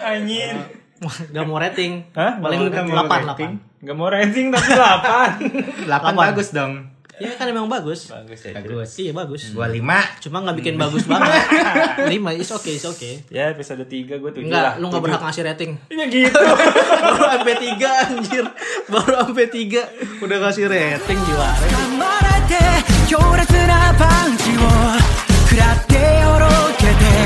S2: Anjir.
S1: enggak mau rating
S2: Hah?
S1: paling
S3: Nggak mau
S1: 8
S3: rating?
S1: 8
S2: Enggak mau rating tapi 8.
S3: 8 bagus dong.
S1: ya kan emang bagus
S2: Bagus ya.
S3: Bagus.
S1: iya bagus
S3: Gua Hmm. 5.
S1: cuma nggak bikin bagus banget lima is oke is oke
S2: Ya episode 3 gue 7 lah.
S1: enggak lu nggak berhak ngasih rating
S2: Ya gitu.
S1: baru sampai tiga anjir baru sampai tiga udah ngasih rating jiwa
S4: 生まれて強烈なパンチを食らってよろけて